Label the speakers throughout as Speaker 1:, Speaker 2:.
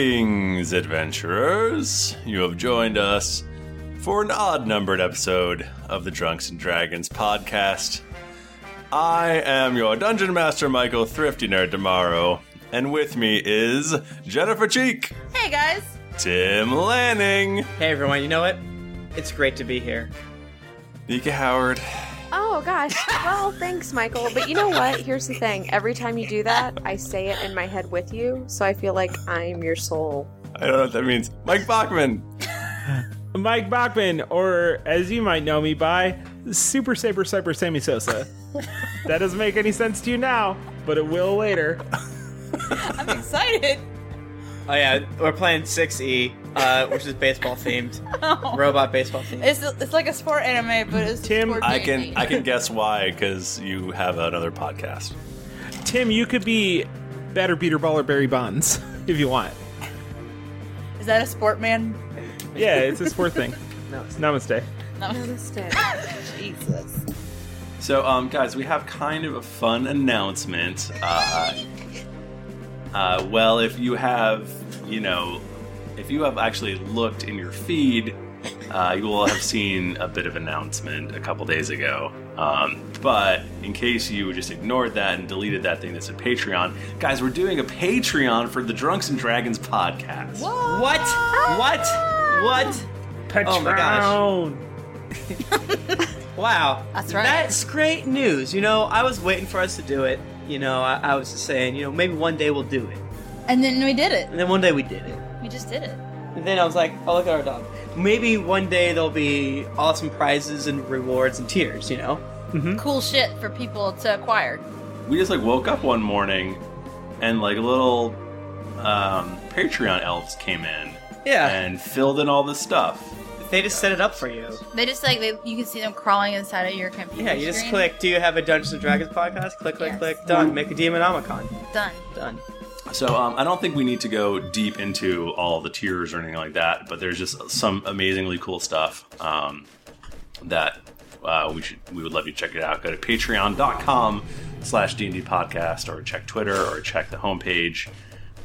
Speaker 1: Greetings, adventurers! You have joined us for an odd numbered episode of the Drunks and Dragons podcast. I am your Dungeon Master, Michael Thrifty Nerd Tomorrow, and with me is Jennifer Cheek,
Speaker 2: Hey guys.
Speaker 1: Tim Lanning,
Speaker 3: Hey everyone, you know what? It's great to be here.
Speaker 1: Nika Howard.
Speaker 4: Oh gosh. Well, thanks, Michael. But you know what? Here's the thing. Every time you do that, I say it in my head with you, so I feel like I'm your soul.
Speaker 1: I don't know what that means. Mike Bachman.
Speaker 5: Mike Bachman, or as you might know me by, Super Saber Cyber Sammy Sosa. that doesn't make any sense to you now, but it will later.
Speaker 2: I'm excited.
Speaker 3: Oh yeah, we're playing 6E, uh, which is baseball themed, robot baseball themed.
Speaker 2: Oh. It's, it's like a sport anime, but it's
Speaker 5: Tim,
Speaker 2: a sport
Speaker 1: I
Speaker 2: mainly.
Speaker 1: can I can guess why because you have another podcast.
Speaker 5: Tim, you could be Batter Beater Baller Barry Bonds if you want.
Speaker 2: Is that a sport man?
Speaker 5: Yeah, it's a sport thing.
Speaker 3: No,
Speaker 5: Namaste.
Speaker 4: Namaste.
Speaker 2: Jesus.
Speaker 1: So, um, guys, we have kind of a fun announcement. Uh, uh, well, if you have, you know, if you have actually looked in your feed, uh, you will have seen a bit of announcement a couple days ago. Um, but in case you just ignored that and deleted that thing that said Patreon, guys, we're doing a Patreon for the Drunks and Dragons podcast.
Speaker 3: What? What? What? Oh my gosh. Wow.
Speaker 2: That's right.
Speaker 3: That's great news. You know, I was waiting for us to do it. You know, I, I was just saying, you know, maybe one day we'll do it.
Speaker 2: And then we did it.
Speaker 3: And then one day we did it.
Speaker 2: We just did it.
Speaker 3: And then I was like, oh, look at our dog. Maybe one day there'll be awesome prizes and rewards and tears, you know?
Speaker 2: Cool shit for people to acquire.
Speaker 1: we just like woke up one morning and like little um, patreon elves came in
Speaker 3: Yeah.
Speaker 1: and filled in all this stuff
Speaker 3: They just set it up for you.
Speaker 2: They just like they, you can see them crawling inside of your computer.
Speaker 3: Yeah, you just
Speaker 2: screen.
Speaker 3: click, do you have a Dungeons and Dragons podcast? Click, click,
Speaker 2: Yes.
Speaker 3: click. Done. Make a Demonomicon.
Speaker 2: Done.
Speaker 3: Done.
Speaker 1: so um, i don't think we need to go deep into all the tiers or anything like that but there's just some amazingly cool stuff um, that uh, we should we would love you to check it out go to patreon.com slash d&d podcast or check twitter or check the homepage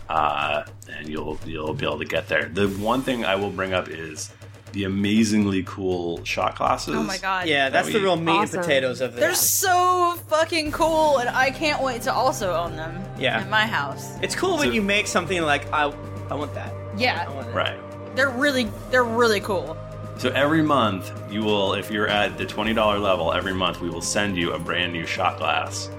Speaker 1: uh, and you'll you'll be able to get there the one thing i will bring up is the amazingly cool shot classes
Speaker 2: Oh my god.
Speaker 3: Yeah, that's
Speaker 1: we-
Speaker 3: the real meat
Speaker 4: Awesome.
Speaker 3: and potatoes of this.
Speaker 2: They're so fucking cool, and I can't wait to also own them.
Speaker 3: Yeah.
Speaker 2: In my house.
Speaker 3: It's cool when
Speaker 1: So-
Speaker 3: you make something like I, I want that. I
Speaker 2: Yeah.
Speaker 3: want it.
Speaker 1: Right.
Speaker 2: They're really, they're really cool.
Speaker 1: So every month, you will, if you're at the $20 level, every month we will send you a brand new shot glass.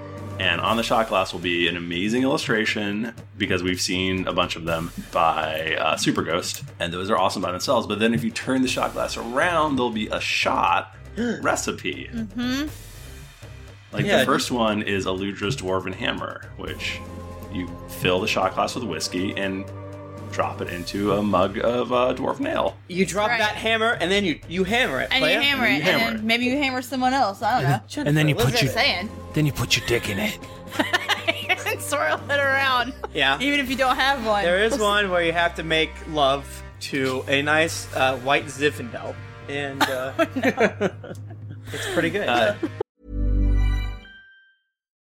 Speaker 1: And on the shot glass will be an amazing illustration because we've seen a bunch of them by uh, Super Ghost, and those are awesome by themselves. But then if you turn the shot glass around, there'll be a shot recipe. Mm-hmm. Like
Speaker 3: Yeah.
Speaker 1: the first one is Eludra's Dwarven Hammer, which you fill the shot glass with whiskey and drop it into a mug of uh, dwarf nail.
Speaker 3: You drop
Speaker 2: Right.
Speaker 3: that hammer and then you, you hammer it.
Speaker 2: And
Speaker 3: playa.
Speaker 2: you hammer it,
Speaker 1: You hammer
Speaker 2: and
Speaker 1: it.
Speaker 2: then maybe you hammer someone else. I don't know.
Speaker 6: And then you
Speaker 3: What
Speaker 6: put
Speaker 3: was
Speaker 2: That's
Speaker 6: your
Speaker 2: what I'm saying.
Speaker 6: then you put your dick in it.
Speaker 2: and swirl it around.
Speaker 3: Yeah.
Speaker 2: Even if you don't have one.
Speaker 3: There is one where you have to make love to a nice uh, white Zinfandel. And uh,
Speaker 2: Oh,
Speaker 3: it's pretty good.
Speaker 1: Uh,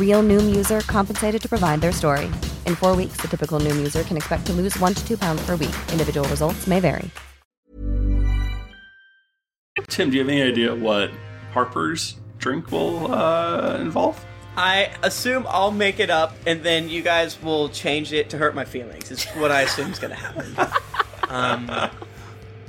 Speaker 7: Real Noom user compensated to provide their story. In four weeks, the typical Noom user can expect to lose one to two pounds per week. Individual results may vary.
Speaker 1: Tim, do you have any idea what Harper's drink will uh, involve?
Speaker 3: I assume I'll make it up, and then you guys will change it to hurt my feelings. Is what I assume is going to happen. Um,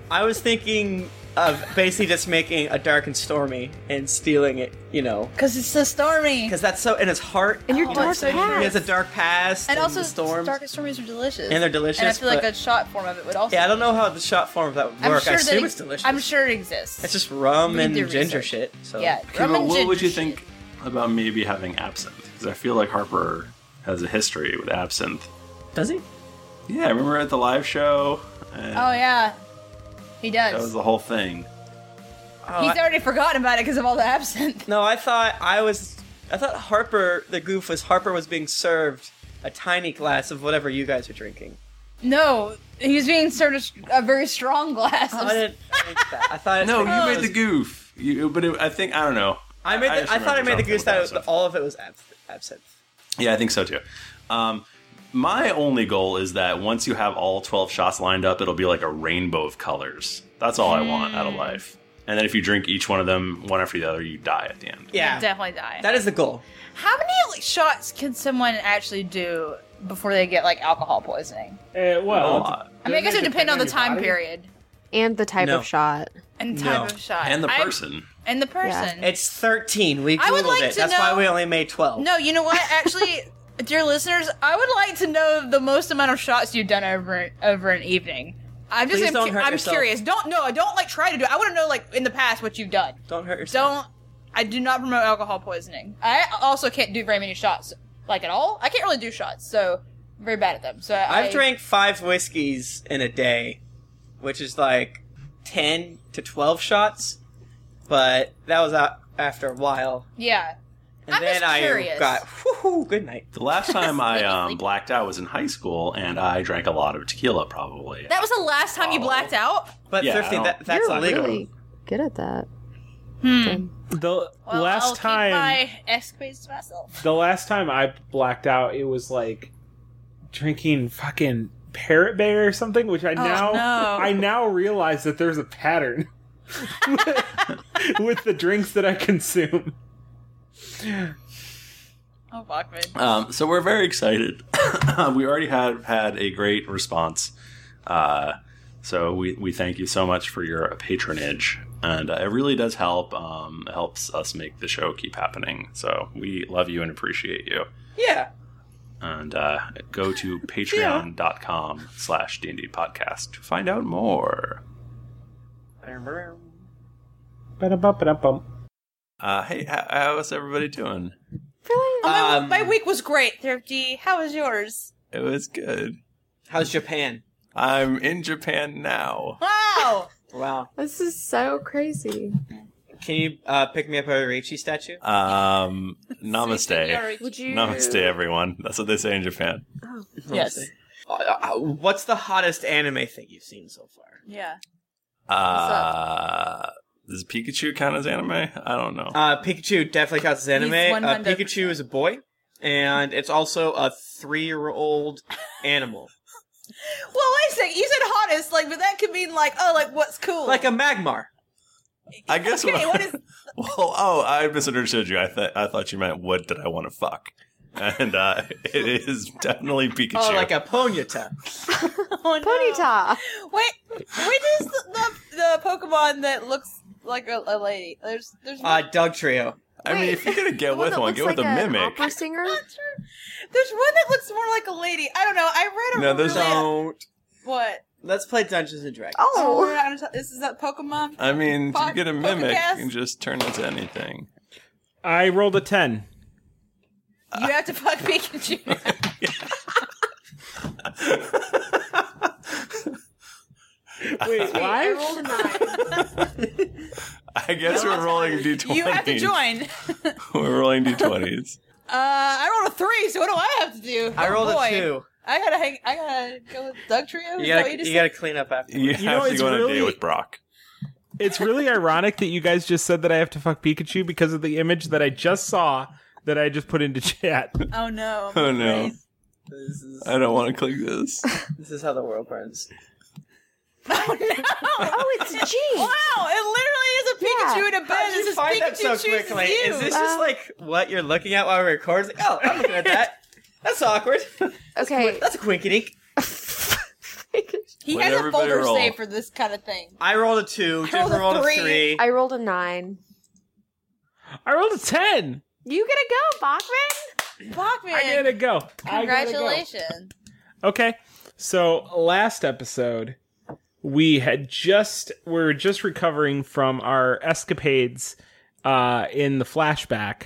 Speaker 3: I was thinking of basically just making a dark and stormy and stealing it, you know,
Speaker 2: Because it's so stormy.
Speaker 3: because that's so. And it's heart.
Speaker 2: And your
Speaker 3: you
Speaker 2: dark
Speaker 3: it's so-
Speaker 2: past.
Speaker 3: He has a dark past,
Speaker 2: and also,
Speaker 3: the storms.
Speaker 2: darkest stormies are delicious.
Speaker 3: And
Speaker 2: And
Speaker 3: they're
Speaker 2: I
Speaker 3: delicious,
Speaker 2: feel like
Speaker 3: but-
Speaker 2: a shot form of it would also.
Speaker 3: Yeah, I don't know how the shot form of that would
Speaker 2: I'm
Speaker 3: work.
Speaker 2: sure
Speaker 3: I
Speaker 2: that
Speaker 3: assume
Speaker 2: it-
Speaker 3: it's delicious.
Speaker 2: I'm sure it exists.
Speaker 3: it's just rum
Speaker 2: We
Speaker 3: and
Speaker 2: do
Speaker 3: ginger
Speaker 2: research.
Speaker 3: shit. So
Speaker 2: Yeah,
Speaker 1: Okay,
Speaker 2: rum
Speaker 1: well,
Speaker 2: and
Speaker 1: what
Speaker 2: ginger.
Speaker 1: would you think about maybe having absinthe? Because I feel like Harper has a history with absinthe.
Speaker 3: Does he?
Speaker 1: Yeah, I remember at the live show. and
Speaker 2: Oh yeah, he does.
Speaker 1: That was the whole thing.
Speaker 2: He's already forgotten about it because of all the absinthe.
Speaker 3: No, I thought I was. I thought Harper, the goof, was Harper was being served a tiny glass of whatever you guys were drinking.
Speaker 2: No, he was being served a s- a, very strong glass. of
Speaker 3: I didn't think that. I thought.
Speaker 1: No,
Speaker 3: I
Speaker 1: you made the goof. You, but it, I think I don't know.
Speaker 3: I made. The, I,
Speaker 1: just
Speaker 3: thought I
Speaker 1: remember
Speaker 3: made the
Speaker 1: something
Speaker 3: goose
Speaker 1: with
Speaker 3: that it was, all of it was abs- absinthe.
Speaker 1: Yeah, I think so too. Um, my only goal is that once you have all 12 shots lined up, it'll be like a rainbow of colors. That's all I want
Speaker 2: Hmm.
Speaker 1: out of life. And then if you drink each one of them, one after the other, you die at the end.
Speaker 3: Yeah,
Speaker 2: definitely die.
Speaker 3: That is the goal.
Speaker 2: How many like, shots can someone actually do before they get like alcohol poisoning?
Speaker 5: Uh, well,
Speaker 2: I mean, I guess it depends on the time period
Speaker 4: And the type
Speaker 3: No.
Speaker 4: of shot.
Speaker 2: and
Speaker 3: No.
Speaker 2: type of shot
Speaker 1: And the
Speaker 2: I-
Speaker 1: person.
Speaker 2: and the person.
Speaker 3: It's thirteen. We
Speaker 2: I would
Speaker 3: googled
Speaker 2: like
Speaker 3: it.
Speaker 2: to
Speaker 3: That's
Speaker 2: know-
Speaker 3: why we only made twelve.
Speaker 2: No, you know what? Actually, dear listeners, I would like to know the most amount of shots you've done over over an evening. I'm just
Speaker 3: Please
Speaker 2: I'm,
Speaker 3: don't
Speaker 2: cu-
Speaker 3: hurt
Speaker 2: I'm
Speaker 3: yourself.
Speaker 2: curious. Don't no, I don't like try to do. it. I want to know like in the past what you've done.
Speaker 3: Don't hurt yourself.
Speaker 2: Don't I do not promote alcohol poisoning. I also can't do very many shots like at all. I can't really do shots, so I'm very bad at them. So I,
Speaker 3: I've drank five whiskeys in a day, which is like ten to twelve shots. But that was out after a while,
Speaker 2: Yeah.
Speaker 3: and
Speaker 2: I'm
Speaker 3: then
Speaker 2: just
Speaker 3: I
Speaker 2: curious.
Speaker 3: got whoo good night.
Speaker 1: The last time I um, blacked out was in high school, and I drank a lot of tequila, probably.
Speaker 2: That was the last time you blacked out.
Speaker 3: But
Speaker 1: Yeah, I
Speaker 3: thrifty,
Speaker 1: don't-
Speaker 3: that, that's
Speaker 1: You're
Speaker 3: illegal.
Speaker 1: really-
Speaker 4: Good at that.
Speaker 5: the
Speaker 2: Well,
Speaker 5: last
Speaker 2: I'll
Speaker 5: time
Speaker 2: keep my esquiz to myself.
Speaker 5: the last time I blacked out, it was like drinking fucking parrot bay or something, which I now
Speaker 2: Oh, no.
Speaker 5: I now realize that there's a pattern with the drinks that I consume.
Speaker 2: Oh, Bachman.
Speaker 1: Um, so we're very excited. we already had had a great response. Uh, so we, we thank you so much for your patronage, and uh, it really does help. Um, it helps us make the show keep happening. So we love you and appreciate you.
Speaker 3: Yeah.
Speaker 1: And uh, go to patreon.com slash D&D podcast to find out more.
Speaker 5: Ba-da-ba-ba-da-bum.
Speaker 1: Uh, hey, how, how's everybody doing?
Speaker 2: Oh, my,
Speaker 3: Um,
Speaker 2: my week was great, Thrifty. How was yours?
Speaker 1: It was good.
Speaker 3: How's Japan?
Speaker 1: I'm in Japan now.
Speaker 2: Wow.
Speaker 3: Wow.
Speaker 4: This is so crazy.
Speaker 3: Can you uh, pick me up a Reichi statue?
Speaker 1: Um, namaste.
Speaker 4: Would you?
Speaker 1: Namaste, everyone. That's what they say in Japan.
Speaker 2: yes.
Speaker 3: Uh, uh, What's the hottest anime thing you've seen so far?
Speaker 2: Yeah.
Speaker 1: Uh, does Pikachu count as anime? I don't know.
Speaker 3: Uh, Pikachu definitely counts as anime.
Speaker 2: He's
Speaker 3: Uh,
Speaker 2: 100%.
Speaker 3: Pikachu is a boy, and it's also a three-year-old animal,
Speaker 2: Well, wait a second. You said hottest, like, but that could mean like, oh, like what's cool?
Speaker 3: like a Magmar.
Speaker 1: I guess.
Speaker 2: okay, what is-
Speaker 1: well, oh, I misunderstood you. I thought I thought you meant what did I want to fuck? and uh, it is definitely Pikachu.
Speaker 3: Oh, like a Ponyta.
Speaker 2: Oh, Ponyta. Wait, which is the, the the Pokemon that looks like a, a lady? There's there's
Speaker 3: Uh, Doug Trio.
Speaker 1: I mean, if you're gonna
Speaker 4: Oh,
Speaker 1: get with one, get with a mimic.
Speaker 4: singer.
Speaker 2: There's one that looks more like a lady. I don't know. I read a
Speaker 3: No, there's
Speaker 2: really-
Speaker 3: don't.
Speaker 2: What?
Speaker 3: Let's play Dungeons and Dragons.
Speaker 4: Oh.
Speaker 2: I don't understand. this is a Pokemon.
Speaker 1: I mean, if you
Speaker 2: Pod-
Speaker 1: get a mimic,
Speaker 2: Pokecast?
Speaker 1: you can just turn into anything.
Speaker 5: I rolled a 10.
Speaker 2: You have to fuck Pikachu.
Speaker 5: Wait,
Speaker 2: I rolled a
Speaker 1: I guess we're rolling d20s.
Speaker 2: You have to join.
Speaker 1: we're rolling d20s.
Speaker 2: Uh, I rolled a three, so what do I have to do?
Speaker 3: I
Speaker 2: Oh,
Speaker 3: rolled a
Speaker 2: boy.
Speaker 3: two.
Speaker 2: I gotta hang. I gotta go with Doug Trio.
Speaker 3: You
Speaker 2: Is that what
Speaker 3: gotta,
Speaker 2: you
Speaker 3: you,
Speaker 2: just
Speaker 3: gotta clean up after.
Speaker 1: You,
Speaker 5: know,
Speaker 1: have to
Speaker 5: it's
Speaker 1: go on a
Speaker 5: really-
Speaker 1: date with Brock.
Speaker 5: It's really ironic that you guys just said that I have to fuck Pikachu because of the image that I just saw that I just put into chat.
Speaker 2: said? Oh no.
Speaker 1: Oh no,
Speaker 3: This is
Speaker 1: I don't want to click this.
Speaker 3: this is how the world burns.
Speaker 4: oh, it's G.
Speaker 2: Wow, it literally is a Pikachu in a bed.
Speaker 3: How'd you
Speaker 2: This is
Speaker 3: find that
Speaker 2: Pikachu
Speaker 3: so
Speaker 2: chooses
Speaker 3: quickly?
Speaker 2: you.
Speaker 3: Is this just like what you're looking at while we record? It's like, oh, I'm looking at that. That's awkward.
Speaker 4: Okay,
Speaker 3: that's a quink dink.
Speaker 2: he
Speaker 3: Let
Speaker 2: has a
Speaker 3: everybody
Speaker 2: folder
Speaker 3: roll.
Speaker 2: saved for this kind of thing.
Speaker 3: I rolled a two.
Speaker 2: I rolled
Speaker 3: Jennifer
Speaker 2: a
Speaker 3: rolled a
Speaker 2: three.
Speaker 3: three.
Speaker 4: I rolled a nine.
Speaker 5: I rolled a ten.
Speaker 4: You gonna go, Bachman?
Speaker 2: Bachman.
Speaker 5: I gotta go. I gotta go.
Speaker 2: Congratulations.
Speaker 5: Okay. So last episode, we had just we are just recovering from our escapades uh, in the flashback.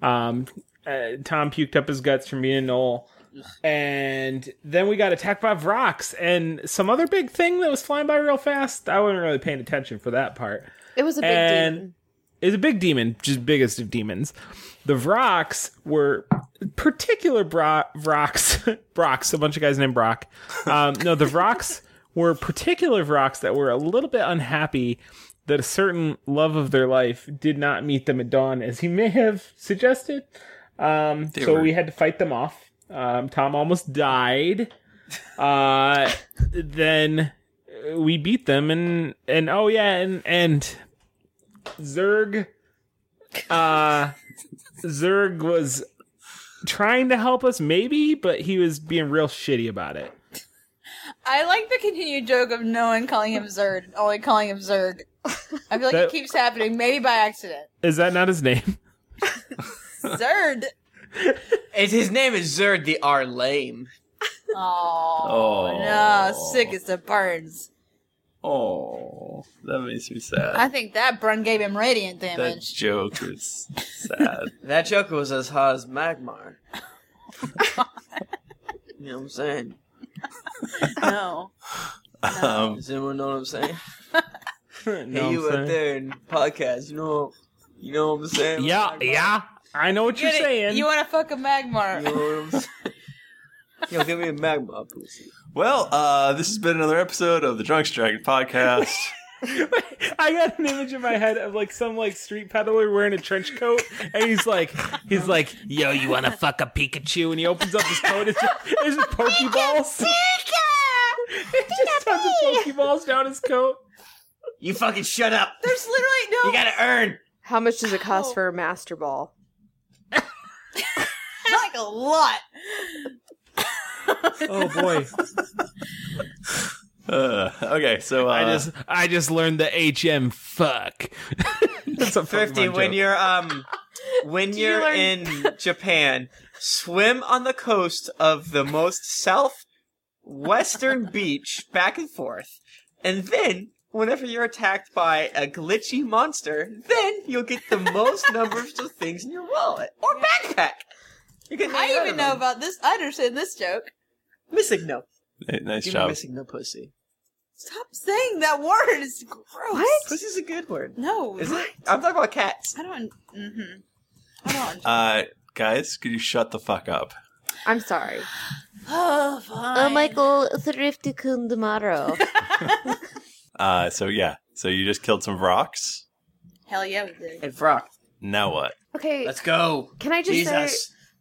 Speaker 5: Um, uh, Tom puked up his guts from being Noel, and then we got attacked by rocks and some other big thing that was flying by real fast. I wasn't really paying attention for that part.
Speaker 4: It was a big
Speaker 5: and
Speaker 4: demon.
Speaker 5: It was a big demon, just biggest of demons. The Vrocks were particular bro- Vrocks, Brocks, a bunch of guys named Brock. Um, no, the Vrocks were particular Vrocks that were a little bit unhappy that a certain love of their life did not meet them at dawn, as he may have suggested. Um,
Speaker 1: They
Speaker 5: so
Speaker 1: were-
Speaker 5: we had to fight them off. Um, Tom almost died. Uh, then uh, we beat them, and and oh yeah, and and Zerg, uh, Zerg was trying to help us, maybe, but he was being real shitty about it.
Speaker 2: I like the continued joke of no one calling him Zerd, only calling him Zerg. I feel like
Speaker 5: That-
Speaker 2: it keeps happening, maybe by accident.
Speaker 5: Is that not his name?
Speaker 2: Zerd.
Speaker 3: And his name is Zerd the R lame.
Speaker 2: Oh,
Speaker 1: Oh.
Speaker 2: no, sick as the burns.
Speaker 1: Oh, that makes me sad.
Speaker 2: I think that burn gave him radiant
Speaker 1: that
Speaker 2: damage.
Speaker 1: joke is sad.
Speaker 3: That Joker was as hot as Magmar. you know what I'm saying?
Speaker 2: no.
Speaker 1: Um,
Speaker 3: Does anyone know what I'm saying?
Speaker 5: what
Speaker 3: hey, you
Speaker 5: I'm
Speaker 3: out
Speaker 5: saying.
Speaker 3: there in podcast, you know, you know what I'm saying?
Speaker 5: Yeah, yeah. I know what
Speaker 2: You
Speaker 5: you're
Speaker 2: gotta-
Speaker 5: saying.
Speaker 2: You want to fuck a Magmar.
Speaker 3: Yo, give me a Magmar pussy.
Speaker 1: Well, uh, this has been another episode of the Drunks Dragon podcast.
Speaker 5: I got an image in my head of like some like street peddler wearing a trench coat, and he's like, he's like, "Yo, you want to fuck a Pikachu?" And he opens up his coat. It's just, it's just Pokeballs. It's just tons of Pokeballs down his coat.
Speaker 3: You fucking shut up.
Speaker 2: There's literally no.
Speaker 3: You gotta earn.
Speaker 4: How much does it cost for a master ball?
Speaker 2: like a lot.
Speaker 5: Oh boy!
Speaker 1: uh, okay, so uh,
Speaker 5: I just I just learned the HM fuck. That's a
Speaker 3: Thrifty, when you're um, when you're in Japan, swim on the coast of the most southwestern beach back and forth, and then whenever you're attacked by a glitchy monster, then you'll get the most numbers of things in your wallet or backpack. You can
Speaker 2: I even know about this. I understand this joke.
Speaker 3: missing no.
Speaker 1: Hey, nice
Speaker 3: Give me
Speaker 1: job.
Speaker 3: missing no pussy.
Speaker 2: Stop saying that word. It's gross.
Speaker 3: Pussy's a good word.
Speaker 2: No.
Speaker 3: Is it? I'm talking about cats.
Speaker 2: I don't. Mm-hmm. I don't.
Speaker 1: Uh, guys, could you shut the fuck up?
Speaker 4: I'm sorry.
Speaker 2: Oh, fine.
Speaker 4: Michael, thrifty kun tomorrow.
Speaker 1: Uh, so yeah, so you just killed some rocks.
Speaker 2: Hell yeah, we did.
Speaker 3: Hey, Brock.
Speaker 1: Now what?
Speaker 4: okay,
Speaker 3: go.
Speaker 4: can I just say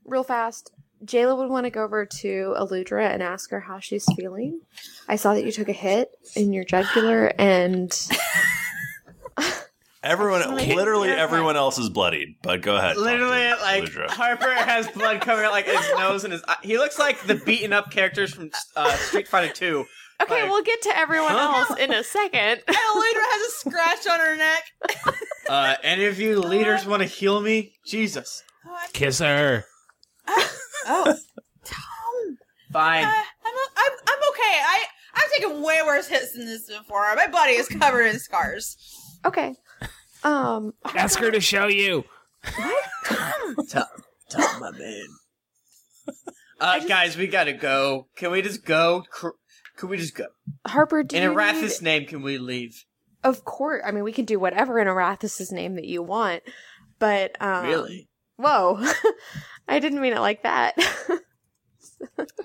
Speaker 4: real fast? Jayla would want to go over to Eludra and ask her how she's feeling. I saw that you took a hit in your jugular, and
Speaker 1: Everyone,
Speaker 3: That's really
Speaker 1: literally
Speaker 3: terrifying.
Speaker 1: everyone else is bloodied, but go ahead. Tom.
Speaker 3: Literally, like
Speaker 1: Ludra.
Speaker 3: Harper has blood covering like his nose and his. Eye. He looks like the beaten up characters from uh, Street Fighter Two.
Speaker 4: Okay, we'll get to everyone
Speaker 3: Huh?
Speaker 4: else in a second.
Speaker 2: Eludra has a scratch on her neck.
Speaker 3: Uh, any of you leaders want to heal me? Jesus.
Speaker 8: Kiss her.
Speaker 2: Oh,
Speaker 3: Fine.
Speaker 2: I'm, I'm, I'm okay. I, I've taken way worse hits than this before. My body is covered in scars.
Speaker 4: Okay. Um.
Speaker 8: Ask her to show you.
Speaker 3: Tell, tell my man. Uh, guys, we gotta go. Can we just go? Cr- Can we just go?
Speaker 4: Harper, do
Speaker 3: In
Speaker 4: you
Speaker 3: Arathis'
Speaker 4: need-
Speaker 3: name, can we leave?
Speaker 4: Of course. I mean, we can do whatever in Arathis' name that you want, but um,
Speaker 3: Really?
Speaker 4: Whoa, I didn't mean it like that.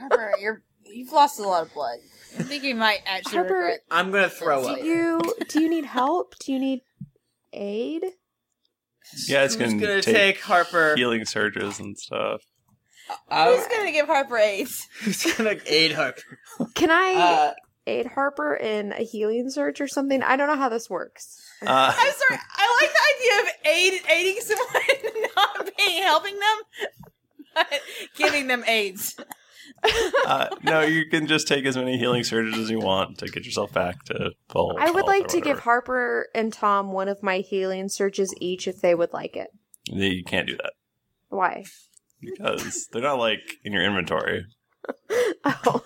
Speaker 2: Harper, you're, you've lost a lot of blood. I think you might actually
Speaker 4: Harper-
Speaker 2: regret.
Speaker 3: I'm gonna throw
Speaker 4: do
Speaker 3: up.
Speaker 4: you do you need help? Do you need aid?
Speaker 1: Yeah, it's
Speaker 3: Who's
Speaker 1: gonna,
Speaker 3: gonna
Speaker 1: take,
Speaker 3: take Harper?
Speaker 1: healing surges and stuff.
Speaker 3: I'm Um,
Speaker 2: Who's gonna give Harper AIDS?
Speaker 3: who's gonna aid Harper?
Speaker 4: Can I
Speaker 3: Uh,
Speaker 4: aid Harper in a healing surge or something? I don't know how this works.
Speaker 1: Uh,
Speaker 2: I'm sorry. I like the idea of aid, aiding someone, and not being helping them, but giving them AIDS.
Speaker 1: uh, no, you can just take as many healing surges as you want to get yourself back to full.
Speaker 4: I would
Speaker 1: health
Speaker 4: like
Speaker 1: or
Speaker 4: to give
Speaker 1: whatever.
Speaker 4: Harper and Tom one of my healing surges each if they would like it.
Speaker 1: You can't do that
Speaker 4: Why?
Speaker 1: because they're not like in your inventory.
Speaker 2: Damn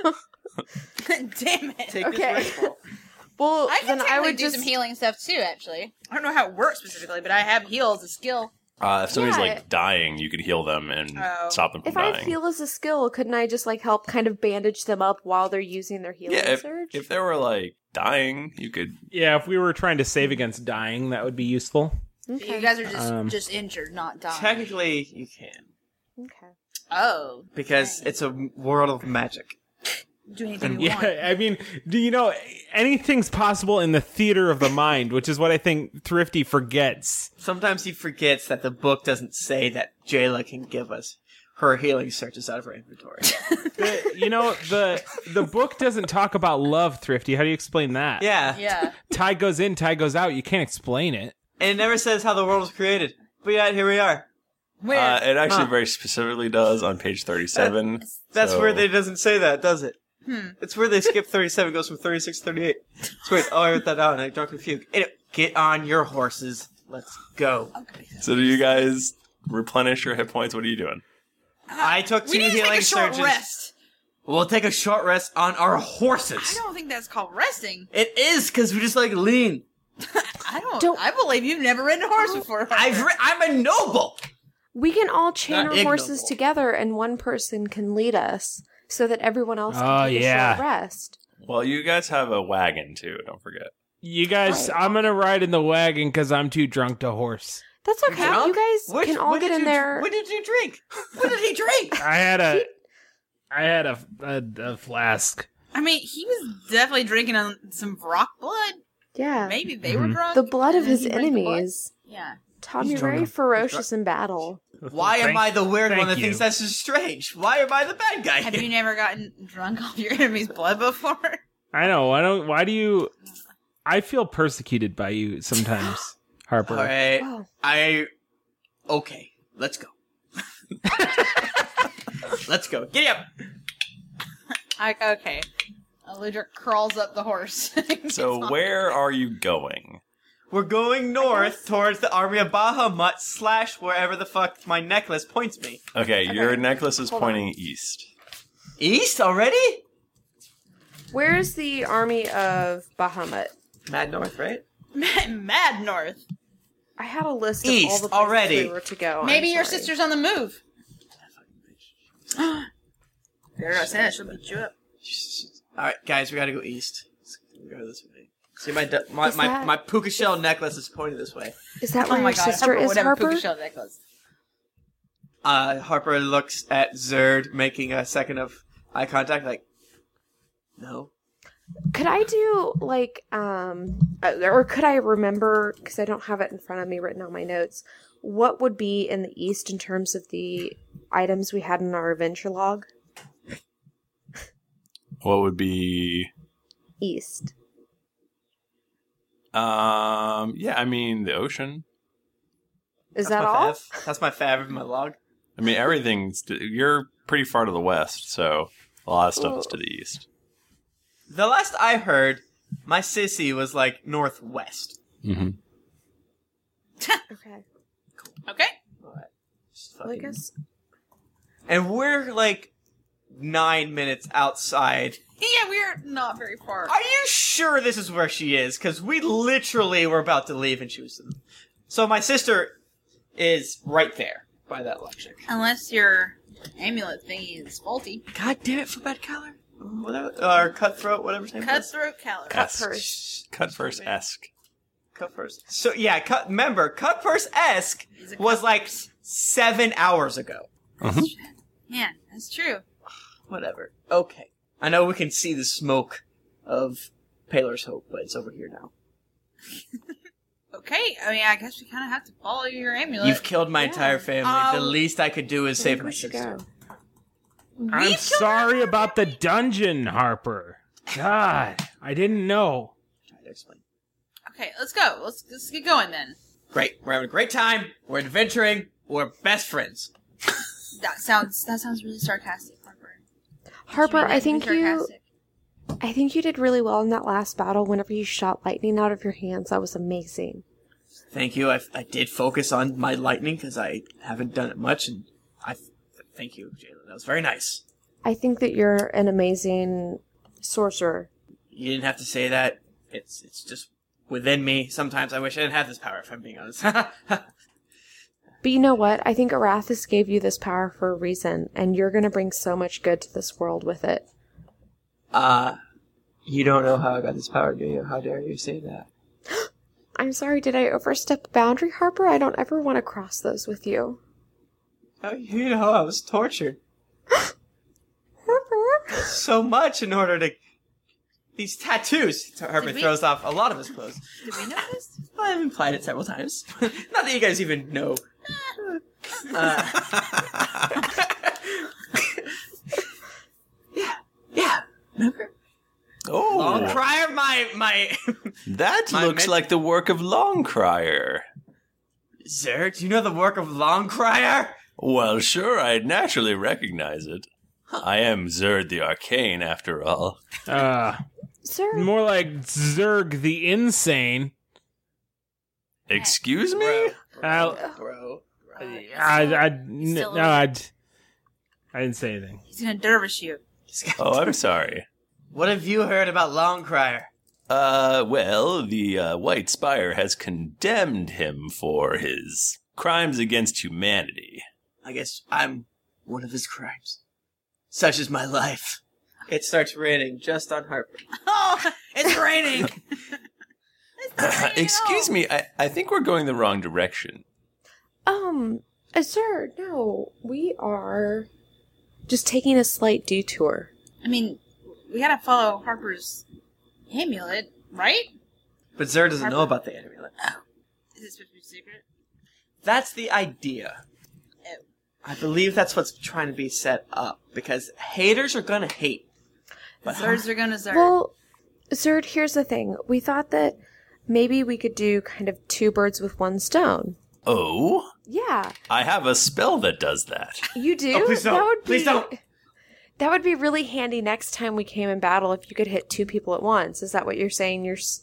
Speaker 2: it!
Speaker 4: Take this Oh, Okay. well,
Speaker 2: I can
Speaker 4: then I
Speaker 2: technically
Speaker 4: would
Speaker 2: do
Speaker 4: just-
Speaker 2: some healing stuff too. Actually, I don't know how it works specifically, but I have heal as a skill.
Speaker 1: Uh, if somebody's
Speaker 4: Yeah.
Speaker 1: like dying, you can heal them and
Speaker 4: Oh.
Speaker 1: stop them from
Speaker 4: If
Speaker 1: dying.
Speaker 4: I heal as a skill, couldn't I just like help kind of bandage them up while they're using their healing
Speaker 1: yeah, if,
Speaker 4: surge?
Speaker 1: if they were like dying, you could.
Speaker 5: Yeah, if we were trying to save against dying, that would be useful.
Speaker 2: You guys are just
Speaker 5: Um,
Speaker 2: just injured, not dying.
Speaker 3: Technically, you can
Speaker 2: oh,
Speaker 3: because it's a world of magic.
Speaker 2: do anything you want.
Speaker 5: Yeah, I mean, do you know anything's possible in the theater of the mind, which is what I think Thrifty forgets.
Speaker 3: Sometimes he forgets that the book doesn't say that Jayla can give us her healing surges out of her inventory.
Speaker 5: You know, the the book doesn't talk about love, Thrifty. How do you explain that?
Speaker 3: Yeah. Uh,
Speaker 2: Yeah.
Speaker 5: Tide goes in, tide goes out. You can't explain it.
Speaker 3: and it never says how the world was created. But yet here we are.
Speaker 1: Uh, it actually
Speaker 3: Huh.
Speaker 1: very specifically does on page thirty-seven.
Speaker 3: That's
Speaker 1: so-
Speaker 3: where they doesn't say that, does it?
Speaker 2: Hmm.
Speaker 3: It's where they skip 37, goes from 36 to 38. It's weird. Oh, I wrote that out and I darkly fugue. Anyway, get on your horses. Let's
Speaker 2: Oh,
Speaker 3: go.
Speaker 1: So do you guys replenish your hit points? What are you doing?
Speaker 3: I took two
Speaker 2: We need to
Speaker 3: healing
Speaker 2: take a short
Speaker 3: surges.
Speaker 2: rest.
Speaker 3: We'll take a short rest on our
Speaker 2: I
Speaker 3: horses.
Speaker 2: don't think that's called resting.
Speaker 3: It is because we just like lean.
Speaker 2: I don't, Oh, I believe you've never ridden a horse before.
Speaker 3: I've ri- I'm a noble.
Speaker 4: we can all chain
Speaker 3: Not
Speaker 4: our horses
Speaker 3: ignoble.
Speaker 4: together, and one person can lead us so that everyone else can
Speaker 1: Oh,
Speaker 4: take a
Speaker 1: yeah.
Speaker 4: short rest.
Speaker 1: Well, you guys have a wagon too. Don't forget.
Speaker 5: You guys, I'm gonna ride in the wagon because I'm too drunk to horse.
Speaker 4: That's okay. You guys can all get in there.
Speaker 3: What did you drink? What did he drink?
Speaker 5: I had a, I had a a, a flask.
Speaker 2: I mean, he was definitely drinking on some rock blood.
Speaker 4: Yeah.
Speaker 2: Maybe they were
Speaker 5: Mhm.
Speaker 2: drunk.
Speaker 4: The blood of
Speaker 2: and
Speaker 4: his
Speaker 2: he drank the blood.
Speaker 4: enemies.
Speaker 2: Yeah.
Speaker 4: Tom,
Speaker 3: He's
Speaker 4: you're
Speaker 3: drunk.
Speaker 4: very
Speaker 3: He's
Speaker 4: ferocious in battle.
Speaker 3: Why am
Speaker 4: Thank-
Speaker 3: I the weird one
Speaker 4: thank
Speaker 3: that
Speaker 4: you.
Speaker 3: thinks that's just strange? Why am I the bad guy?
Speaker 2: Have you never gotten drunk off your enemy's blood before?
Speaker 5: I know. Why don't? Why do you? I feel persecuted by you sometimes, Harper.
Speaker 3: All right. I okay. Let's go. let's go. Giddy up.
Speaker 2: I, okay. Eludra crawls up the horse.
Speaker 1: So where are you going?
Speaker 3: We're going north towards the army of Bahamut slash wherever the fuck my necklace points me.
Speaker 1: Okay, your necklace is
Speaker 3: Hold on.
Speaker 1: pointing east.
Speaker 3: East already?
Speaker 4: Where is the army of Bahamut?
Speaker 3: Mad north, right?
Speaker 2: Mad North.
Speaker 4: I had a list of all
Speaker 3: East
Speaker 4: the places
Speaker 3: already.
Speaker 4: we were to go. I'm
Speaker 2: Maybe your
Speaker 4: sorry.
Speaker 2: sister's on the move. There I said, she'll beat you up.
Speaker 3: All right, guys, we gotta go east. We gotta go this way. See my du- my
Speaker 4: Is
Speaker 3: my,
Speaker 4: that-
Speaker 3: my puka shell necklace is pointing this way.
Speaker 4: Is that where
Speaker 2: Oh my
Speaker 4: your
Speaker 2: God,
Speaker 4: sister
Speaker 2: Harper,
Speaker 4: is,
Speaker 2: whatever,
Speaker 4: Harper?
Speaker 2: puka shell necklace.
Speaker 3: Uh, Harper looks at Zerd, making a second of eye contact, like, no.
Speaker 4: Could I do like um uh, or could I remember cuz I don't have it in front of me written on my notes what would be in the east in terms of the items we had in our adventure log
Speaker 1: What would be
Speaker 4: east
Speaker 1: Um, yeah, I mean the ocean.
Speaker 4: Is
Speaker 3: That's
Speaker 4: that
Speaker 3: my
Speaker 4: all?
Speaker 3: fav. That's my fav of my log.
Speaker 1: I mean everything's. You're pretty far to the west, so a lot of stuff is to the east.
Speaker 3: The last I heard, my sissy was like northwest.
Speaker 1: Mm-hmm.
Speaker 4: okay.
Speaker 2: Okay.
Speaker 4: Well, I guess
Speaker 3: And we're like nine minutes outside.
Speaker 2: Yeah, we're not very far.
Speaker 3: Are you sure this is where she is? Because we literally were about to leave and she was. So my sister is right there by that logic.
Speaker 2: Unless your amulet thingy is faulty.
Speaker 3: God damn it, for bad color. Whatever, or cutthroat, whatever. his name was.
Speaker 2: Cutthroat calorie.
Speaker 1: Cut first esque.
Speaker 3: Cut first. So yeah, cut. Remember, cut first esque was like seven hours ago.
Speaker 2: Yeah, that's true.
Speaker 3: Whatever. Okay. I know we can see the smoke of Paler's Hope, but it's over here now.
Speaker 2: Okay, I mean, I guess we kind of have to follow your amulet.
Speaker 3: You've killed my entire family. the
Speaker 2: Um,
Speaker 3: least I could do is save my sister.
Speaker 5: I'm sorry about the dungeon, Harper. God, I didn't know.
Speaker 2: Okay, let's go. Let's, let's get going then.
Speaker 3: Great. We're having a great time. We're adventuring. We're best friends.
Speaker 2: That sounds that sounds really sarcastic, Harper.
Speaker 4: Harper,
Speaker 2: Should we
Speaker 4: I
Speaker 2: not be
Speaker 4: think you
Speaker 2: sarcastic?
Speaker 4: I think you did really well in that last battle whenever you shot lightning out of your hands. That was amazing.
Speaker 3: Thank you. I, I did focus on my lightning because I haven't done it much, and I thank you, Jalen. That was very nice.
Speaker 4: I think that you're an amazing sorcerer.
Speaker 3: You didn't have to say that. It's it's just within me. Sometimes I wish I didn't have this power. If I'm being honest.
Speaker 4: But you know what? I think Arathis gave you this power for a reason, and you're going to bring so much good to this world with it.
Speaker 3: uh, you don't know how I got this power, do you? How dare you say that?
Speaker 4: I'm sorry, did I overstep a boundary, Harper? I don't ever want to cross those with you.
Speaker 3: Oh, you know, I was tortured. so much in order to. These tattoos. Herbert
Speaker 2: Did we-
Speaker 3: throws off a lot of his clothes.
Speaker 2: Did we notice?
Speaker 3: I've implied it several times. Not that you guys even know. Uh,
Speaker 1: Oh,
Speaker 3: Long crier, my my.
Speaker 1: that
Speaker 3: My
Speaker 1: looks
Speaker 3: men-
Speaker 1: like the work of Long Crier.
Speaker 3: Sir, do you know the work of Long Crier?
Speaker 1: Well, sure, I'd naturally recognize it. I am Zerd the Arcane, after all.
Speaker 5: Uh,
Speaker 4: Sir?
Speaker 5: More like Zerg the Insane.
Speaker 1: Excuse me?
Speaker 5: Uh,
Speaker 3: Bro,
Speaker 5: I, I, n- no, I'd, I didn't say anything.
Speaker 2: He's gonna dervish you.
Speaker 1: Oh, I'm sorry.
Speaker 3: What have you heard about Long Crier?
Speaker 1: Uh, well, the uh, White Spire has condemned him for his crimes against humanity.
Speaker 3: I guess I'm one of his crimes. Such is my life. It starts raining just on Harper.
Speaker 2: Oh, it's raining.
Speaker 1: Uh, Excuse me, I, I think we're going the wrong direction.
Speaker 4: Um, uh, sir, no, we are just taking a slight detour.
Speaker 2: I mean, we gotta follow Harper's amulet, right?
Speaker 3: But Zer doesn't know about the enemy.
Speaker 2: Is it supposed to be secret?
Speaker 3: That's the idea. I believe that's what's trying to be set up because haters are gonna hate. But
Speaker 2: Zerds are gonna zerd.
Speaker 4: Well, Zerd, here's the thing. We thought that maybe we could do kind of two birds with one stone.
Speaker 1: Oh,
Speaker 4: Yeah,
Speaker 1: I have a spell that does that.
Speaker 4: you do.
Speaker 1: Oh, please don't.
Speaker 4: That would be,
Speaker 1: Please don't.
Speaker 4: That would be really handy next time we came in battle if you could hit two people at once. Is that what you're saying your s-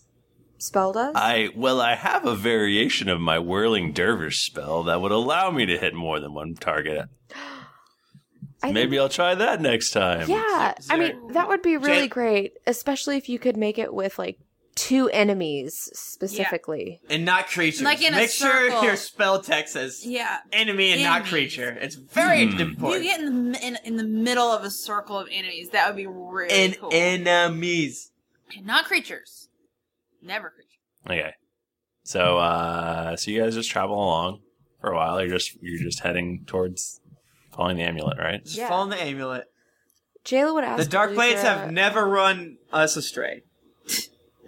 Speaker 4: spell does?
Speaker 1: I well, I have a variation of my whirling dervish spell that would allow me to hit more than one target.
Speaker 4: I
Speaker 1: Maybe I'll try that next time.
Speaker 4: yeah, I mean that would be really great, especially if you could make it with like two enemies specifically.
Speaker 3: and not creatures.
Speaker 2: Like in a
Speaker 3: Make sure
Speaker 2: circle.
Speaker 3: your spell text says
Speaker 2: Yeah.
Speaker 3: enemy and not
Speaker 2: Enemies.
Speaker 3: creature. It's very
Speaker 1: Hmm.
Speaker 2: You
Speaker 3: important.
Speaker 2: get in the in, in the middle of a circle of enemies. That would be really
Speaker 3: and
Speaker 2: cool.
Speaker 3: enemies.
Speaker 2: And not creatures. Never creatures.
Speaker 1: Okay. So uh so you guys just travel along for a while. You're just you're just heading towards following the amulet, right?
Speaker 3: Just fall in the amulet.
Speaker 4: Jayla would ask.
Speaker 3: The dark blades
Speaker 4: Alethea-
Speaker 3: have never run us astray.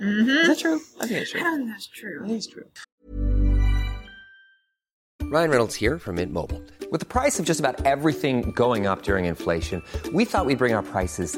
Speaker 3: Is that true? I think it's true.
Speaker 2: I don't think that's true.
Speaker 3: I think it's true.
Speaker 9: Ryan Reynolds here from Mint Mobile. With the price of just about everything going up during inflation, we thought we'd bring our prices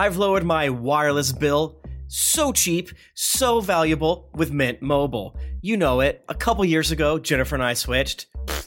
Speaker 10: I've lowered my wireless bill so cheap, so valuable with Mint Mobile. You know it. A couple years ago, Jennifer and I switched. Pfft,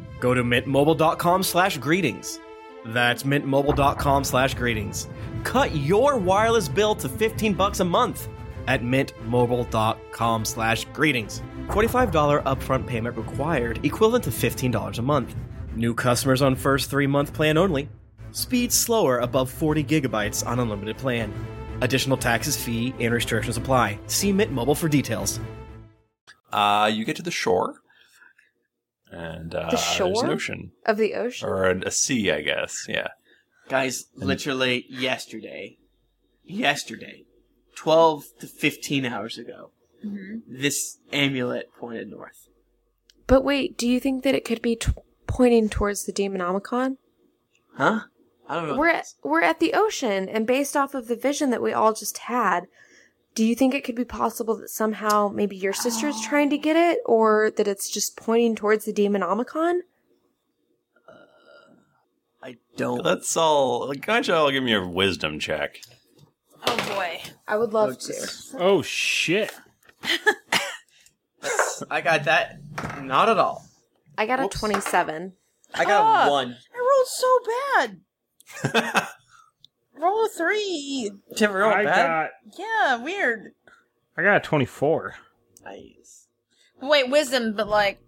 Speaker 10: go to mintmobile.com slash greetings. That's mintmobile.com slash greetings. Cut your wireless bill to 15 bucks a month at mintmobile.com slash greetings. $45 upfront payment required, equivalent to $15 a month. New customers on first three month plan only. Speed slower above 40 gigabytes on unlimited plan. Additional taxes, fee, and restrictions apply. See Mint Mobile for details.
Speaker 1: Uh, you get to the shore, and uh,
Speaker 4: the
Speaker 1: there's
Speaker 4: shore
Speaker 1: an ocean
Speaker 4: of the ocean.
Speaker 1: or an, a sea, I guess. Yeah.
Speaker 3: Guys, literally yesterday, yesterday, 12 to 15 hours ago, This amulet pointed north.
Speaker 4: But wait, do you think that it could be t- pointing towards the Demonomicon?
Speaker 3: Huh? I don't know.
Speaker 4: We're at, we're at the ocean, and based off of the vision that we all just had, do you think it could be possible that somehow maybe your sister's trying to get it, or that it's just pointing towards the Demonomicon?
Speaker 9: Oh.
Speaker 3: Don't.
Speaker 1: Let's all. Can't you all give me a wisdom check?
Speaker 2: Oh boy.
Speaker 4: I would love to.
Speaker 5: Oh shit!
Speaker 3: I got that. Not at all.
Speaker 4: I got a 27.
Speaker 3: I got
Speaker 2: Ah.
Speaker 3: a one.
Speaker 2: I rolled so bad. Roll a three.
Speaker 3: Tim, roll
Speaker 5: I
Speaker 3: bad?
Speaker 2: Yeah, weird.
Speaker 5: I got a twenty-four.
Speaker 3: Nice.
Speaker 2: Wait, wisdom, but like,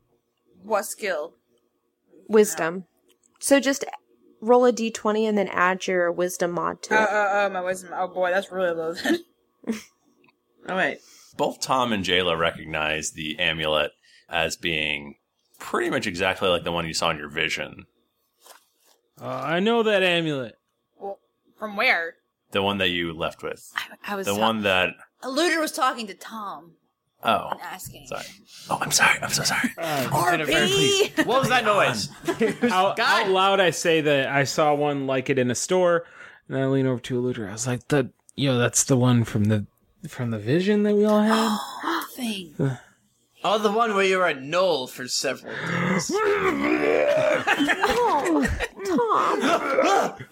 Speaker 2: what skill?
Speaker 4: Wisdom. So just roll a d20 and then add your wisdom mod to
Speaker 2: Oh,
Speaker 4: it.
Speaker 2: oh, oh, my wisdom. Oh boy, that's really low then. Oh,
Speaker 3: All right.
Speaker 1: Both Tom and Jayla recognize the amulet as being pretty much exactly like the one you saw in your vision.
Speaker 5: Uh, I know that amulet.
Speaker 2: Well, from where?
Speaker 1: The one that you left with.
Speaker 2: I was
Speaker 1: the
Speaker 2: ta-
Speaker 1: one that.
Speaker 2: Luder was talking to Tom
Speaker 1: Oh,
Speaker 2: and asking.
Speaker 1: sorry. Oh, I'm sorry. I'm so sorry.
Speaker 2: Um, RP!
Speaker 3: What was that noise?
Speaker 5: out, out loud, I say that I saw one like it in a store, and I lean over to Eluder. I was like, "The yo, that's the one from the from the vision that we all had."
Speaker 2: thing.
Speaker 3: Oh, the one where you were a null for several days.
Speaker 4: no,
Speaker 3: Tom.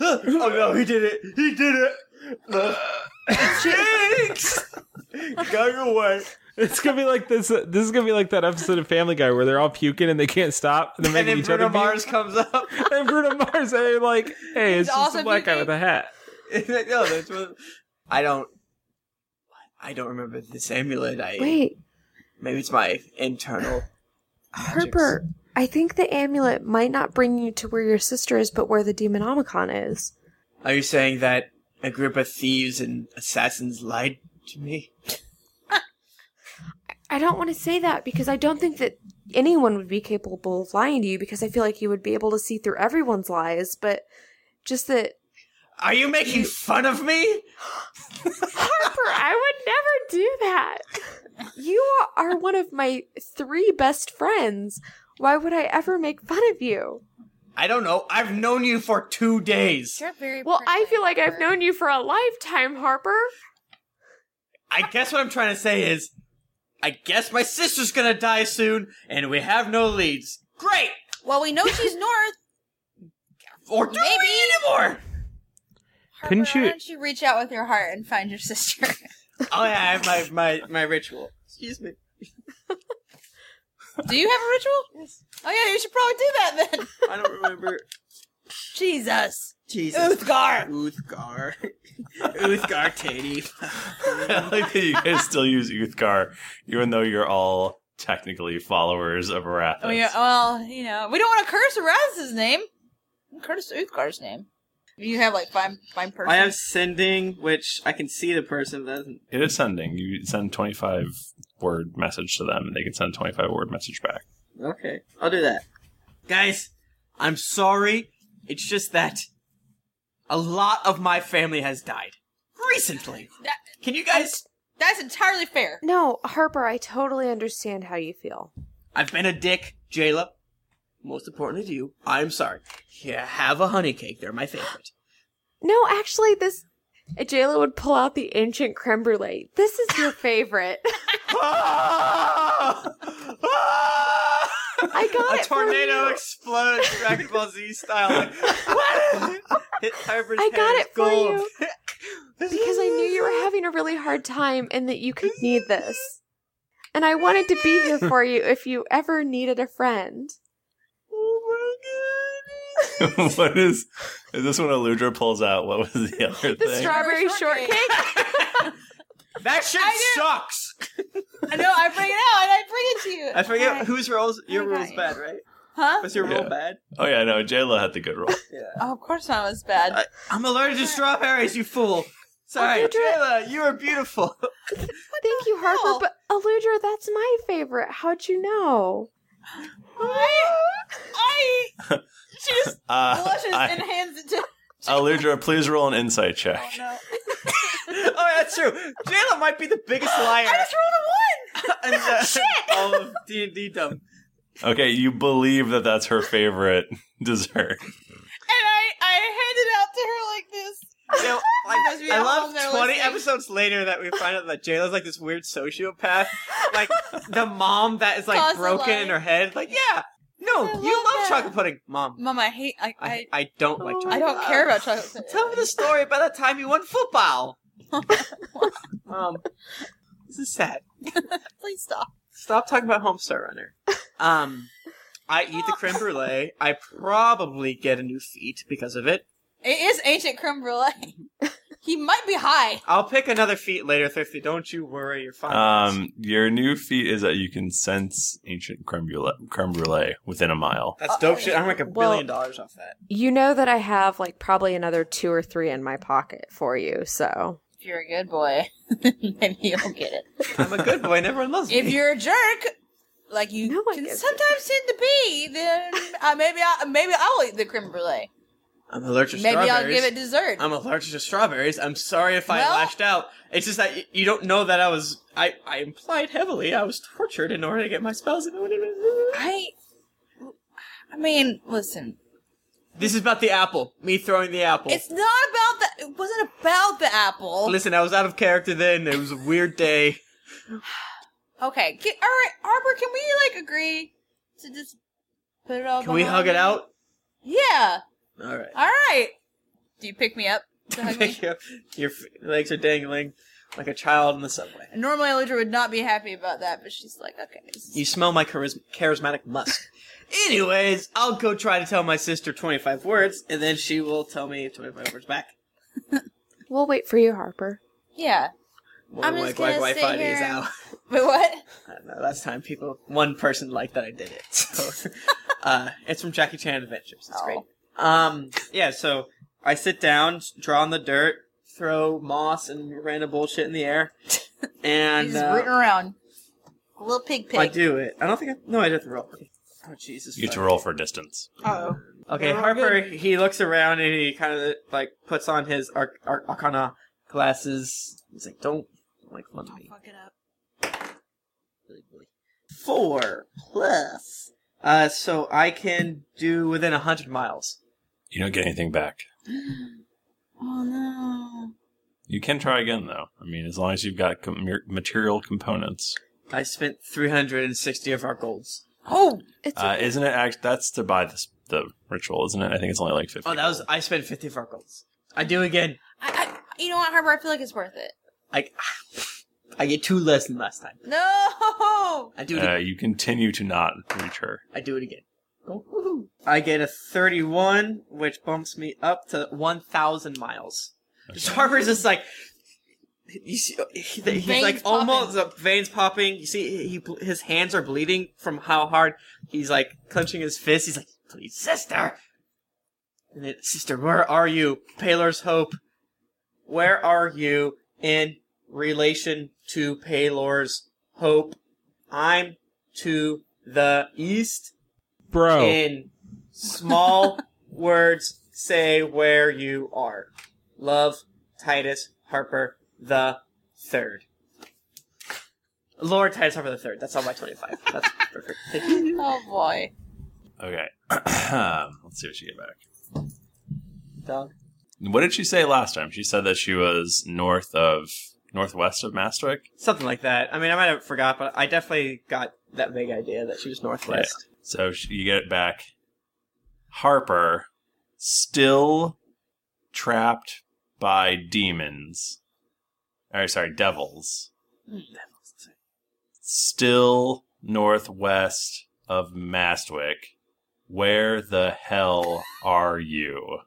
Speaker 3: oh no, he did it. He did it. Jinx! Go away.
Speaker 5: It's gonna be like this. uh, This is gonna be like that episode of Family Guy where they're all puking and they can't stop, and they're
Speaker 3: And
Speaker 5: making
Speaker 3: then
Speaker 5: each other
Speaker 3: Bruno Mars
Speaker 5: puke.
Speaker 3: comes up.
Speaker 5: and Bruno Mars, and they're like, "Hey,
Speaker 3: He's
Speaker 5: it's just
Speaker 3: also
Speaker 5: a black guy with a hat."
Speaker 3: no, that's what. I don't. I don't remember this amulet. I
Speaker 4: Wait.
Speaker 3: Maybe it's my internal.
Speaker 4: Harper, I think the amulet might not bring you to where your sister is, but where the Demonomicon is.
Speaker 3: Are you saying that a group of thieves and assassins lied to me?
Speaker 4: I don't want to say that because I don't think that anyone would be capable of lying to you because I feel like you would be able to see through everyone's lies, but just that
Speaker 3: Are you making fun of me?
Speaker 4: Harper, I would never do that. You are one of my three best friends. Why would I ever make fun of you?
Speaker 3: I don't know. I've known you for two days.
Speaker 4: well, I feel like I've known you for a lifetime, Harper.
Speaker 3: I guess what I'm trying to say is, I guess my sister's gonna die soon, and we have no leads. Great.
Speaker 2: Well, we know she's north.
Speaker 3: Or do
Speaker 2: Maybe.
Speaker 3: we anymore?
Speaker 5: Couldn't
Speaker 2: Harper,
Speaker 5: you-
Speaker 2: Why don't you reach out with your heart and find your sister?
Speaker 3: Oh yeah, I have my my my ritual. Excuse me.
Speaker 2: do you have a ritual? Yes. Oh yeah, you should probably do that then.
Speaker 3: I don't remember.
Speaker 2: Jesus.
Speaker 3: Jesus.
Speaker 2: Uthgar.
Speaker 3: Uthgar. Uthgar Tatey.
Speaker 1: I like that you guys still use Uthgar, even though you're all technically followers of Arathis.
Speaker 2: Oh yeah. Well, you know, we don't want to curse Erasmus' name. Curse Uthgar's name. You have like fine, fine person.
Speaker 3: I have sending, which I can see the person but doesn't.
Speaker 1: It is sending. You send 25 word message to them, and they can send 25 word message back.
Speaker 3: Okay, I'll do that. Guys, I'm sorry. It's just that a lot of my family has died recently. Can you guys?
Speaker 2: That's entirely fair.
Speaker 4: No, Harper, I totally understand how you feel.
Speaker 3: I've been a dick, Jayla. Most importantly to you, I'm sorry. Yeah, have a honey cake. They're my favorite.
Speaker 4: No, actually, this. Jayla would pull out the ancient creme brulee. This is your favorite. I got
Speaker 3: a
Speaker 4: it. for
Speaker 3: tornado
Speaker 4: you.
Speaker 3: explodes Dragon Ball Z style. Like, what? Hit Harper's
Speaker 4: I got
Speaker 3: head,
Speaker 4: it for
Speaker 3: gold.
Speaker 4: you because I knew you were having a really hard time and that you could need this. And I wanted to be here for you if you ever needed a friend.
Speaker 1: what is, is this when Aludra pulls out? What was the other
Speaker 4: The
Speaker 1: thing?
Speaker 4: strawberry shortcake.
Speaker 3: That shit sucks.
Speaker 2: I know. I bring it out and I bring it to you.
Speaker 3: I forget whose rolls. Your rolls bad, right?
Speaker 2: Huh?
Speaker 3: Was your roll
Speaker 1: Yeah.
Speaker 3: bad?
Speaker 1: oh, yeah, no, Jayla had the good roll.
Speaker 2: Oh, of course mine was bad.
Speaker 3: I, I'm allergic to strawberries, you fool. Sorry, Jayla, you are beautiful.
Speaker 4: Thank you, Harper. But Aludra, that's my favorite. How'd you know?
Speaker 2: I, I she just
Speaker 1: Uh,
Speaker 2: blushes
Speaker 1: I-
Speaker 2: and hands it to.
Speaker 1: Aludra, please roll an insight check.
Speaker 2: No.
Speaker 3: oh, that's true. Jayla might be the biggest liar.
Speaker 2: I just rolled a one.
Speaker 3: and, uh, all of D and D dumb.
Speaker 1: Okay, you believe that that's her favorite dessert.
Speaker 2: I, I handed out to her like this.
Speaker 3: You know,
Speaker 2: like,
Speaker 3: I love 20 episodes later that we find out that Jayla's like this weird sociopath. Like, the mom that is like
Speaker 2: Cause a
Speaker 3: broken in
Speaker 2: lie.
Speaker 3: her head. Like, yeah, no,
Speaker 2: I
Speaker 3: you
Speaker 2: love
Speaker 3: love
Speaker 2: that.
Speaker 3: chocolate pudding. Mom,
Speaker 2: Mom, I hate. I I,
Speaker 3: I, I don't like chocolate Uh,
Speaker 2: I don't care about chocolate.
Speaker 3: Tell me the story about the time you won football. Mom, this is sad.
Speaker 2: Please stop.
Speaker 3: Stop talking about Homestar Runner. Um, I eat the creme brulee. I probably get a new feet because of it.
Speaker 2: It is ancient creme brulee. he might be high.
Speaker 3: I'll pick another feat later, Thrifty. Don't you worry, you're fine.
Speaker 1: Um, your new feat is that you can sense ancient creme brulee, creme brulee within a mile.
Speaker 3: That's
Speaker 2: Uh,
Speaker 3: dope shit. I'm like a
Speaker 4: Well-
Speaker 3: billion dollars off that.
Speaker 4: You know that I have like probably another two or three in my pocket for you, so
Speaker 2: If you're a good boy, then you'll get it.
Speaker 3: I'm a good boy, and everyone loves me.
Speaker 2: If you're a jerk, like you can sometimes tend to be, then uh, maybe I maybe I'll eat the creme brulee.
Speaker 3: I'm allergic to
Speaker 2: Maybe I'll
Speaker 3: strawberries. Um,
Speaker 2: give it dessert.
Speaker 3: I'm allergic to strawberries. I'm sorry if I
Speaker 2: Well-
Speaker 3: lashed out. It's just that y- you don't know that I was. I, I implied heavily I was tortured in order to get my spells.
Speaker 2: I, I mean, listen,
Speaker 3: This is about the apple. Me throwing the apple.
Speaker 2: it's not about the. It wasn't about the apple.
Speaker 3: Listen, I was out of character then. It was a weird day.
Speaker 2: Okay. Get, all right, Arbor. Can we like agree to just put it all?
Speaker 3: Can we
Speaker 2: behind
Speaker 3: hug it
Speaker 2: me?
Speaker 3: out?
Speaker 2: Yeah.
Speaker 3: All right.
Speaker 2: All right. Do you pick me up to hug me?
Speaker 3: Pick you up. Your f- legs are dangling like a child in the subway.
Speaker 2: Normally, Eludra would not be happy about that, but she's like, okay. this is-
Speaker 3: You smell my charism- charismatic musk. Anyways, I'll go try to tell my sister 25 words, and then she will tell me 25 words back.
Speaker 4: we'll wait for you, Harper.
Speaker 2: Yeah.
Speaker 3: Well,
Speaker 2: I'm
Speaker 3: like,
Speaker 2: just
Speaker 3: like,
Speaker 2: gonna
Speaker 3: Wi-Fi
Speaker 2: sit
Speaker 3: is
Speaker 2: here.
Speaker 3: out.
Speaker 2: Wait, what?
Speaker 3: I don't know, last time people, one person liked that I did it. So, uh, it's from Jackie Chan Adventures. It's great.
Speaker 2: Oh.
Speaker 3: Um, yeah, so I sit down, draw on the dirt, throw moss and random bullshit in the air, and
Speaker 2: He's
Speaker 3: uh,
Speaker 2: rooting around. A little pig pig.
Speaker 3: I do it. I don't think I. No, I didn't roll. Oh Jesus!
Speaker 1: You get to
Speaker 3: fuck.
Speaker 1: roll for distance.
Speaker 2: Oh.
Speaker 3: Okay, Harper. He looks around and he kind of like puts on his arc- arc- arcana glasses. He's like, "Don't don't make fun of me."
Speaker 2: Fuck it up.
Speaker 3: Four plus. Uh, so I can do within a hundred miles.
Speaker 1: You don't get anything back.
Speaker 2: Oh no.
Speaker 1: You can try again though. I mean, as long as you've got com- mer- material components.
Speaker 3: I spent three hundred and sixty of our golds.
Speaker 2: Oh,
Speaker 1: Uh, isn't it? Act- that's to buy this, the ritual, isn't it? I think it's only like fifty.
Speaker 3: Oh, that was I spent fifty of our golds. I do again.
Speaker 2: You know what, Harper? I feel like it's worth it.
Speaker 3: I I get two less than last time.
Speaker 2: No.
Speaker 3: I do it.
Speaker 1: Uh,
Speaker 3: Again.
Speaker 1: you continue to not reach her.
Speaker 3: I do it again. I get a 31, which bumps me up to 1,000 miles. Just Harper's just like, you see, he- he's
Speaker 10: Veins
Speaker 3: like almost uh, veins popping. You see, he his hands are bleeding from how hard he's like clenching his fist. He's like, please, sister. And then, sister, where are you? Paylor's hope. Where are you in relation to Paylor's hope? I'm to the east.
Speaker 5: Bro.
Speaker 3: In small words, say where you are. Love, Titus Harper the third. Lord Titus Harper the third. That's on my twenty-five. That's perfect. Thank you.
Speaker 2: oh boy.
Speaker 1: Okay. Let's see what she get back.
Speaker 3: Dog.
Speaker 1: What did she say last time? She said that she was north of northwest of Mastric.
Speaker 3: Something like that. I mean, I might have forgot, but I definitely got that vague idea that she was northwest.
Speaker 1: Yeah. So sh- you get it back. Harper, still trapped by demons. Or sorry, devils. Still northwest of Mastwick. Where the hell are you?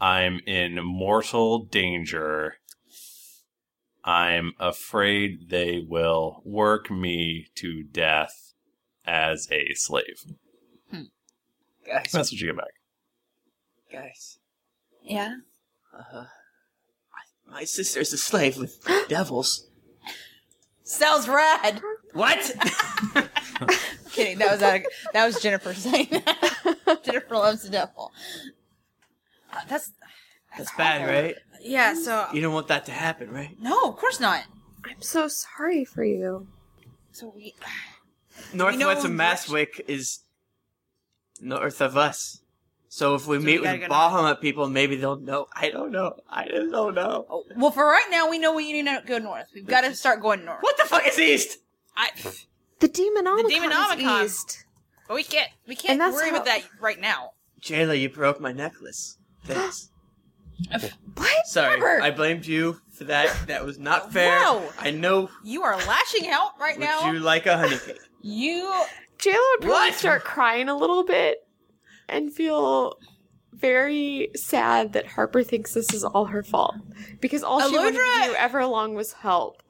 Speaker 1: I'm in mortal danger. I'm afraid they will work me to death as a slave.
Speaker 3: Guys,
Speaker 1: That's what you get back.
Speaker 3: guys.
Speaker 2: Yeah.
Speaker 3: Uh, my, my sister's a slave with devils.
Speaker 2: Sounds rad.
Speaker 3: What?
Speaker 2: kidding. That was out of, that was Jennifer saying that. Jennifer loves the devil. Uh, that's
Speaker 3: That's bad, right?
Speaker 2: yeah. So uh,
Speaker 3: You don't want that to happen, right?
Speaker 2: no, of course not.
Speaker 4: I'm so sorry for you.
Speaker 2: So we.
Speaker 3: Northwest
Speaker 2: know
Speaker 3: of Maswick is north of us. So if we
Speaker 2: So we
Speaker 3: meet
Speaker 2: gotta
Speaker 3: with
Speaker 2: go
Speaker 3: Bahamut people, maybe they'll know. I don't know. I just don't know.
Speaker 2: oh, Well, for right now, we know we need to go north. We've got to start going north. What
Speaker 3: the fuck is east?
Speaker 2: I,
Speaker 4: the Demonomicon.
Speaker 2: The Demonomicon.
Speaker 4: is east.
Speaker 2: But we can't. We can't
Speaker 4: And that's
Speaker 2: worry about
Speaker 4: how-
Speaker 2: that right now.
Speaker 3: Jayla, you broke my necklace. Thanks.
Speaker 2: what?
Speaker 3: Sorry,
Speaker 2: Robert!
Speaker 3: I blamed you for that. That was not fair.
Speaker 2: Wow.
Speaker 3: I know.
Speaker 2: You are lashing out right
Speaker 3: Would
Speaker 2: now.
Speaker 3: you like a honey cake?
Speaker 2: You
Speaker 4: Jayla would probably start crying a little bit and feel very sad that Harper thinks this is all her fault because all she wanted to do ever long was help.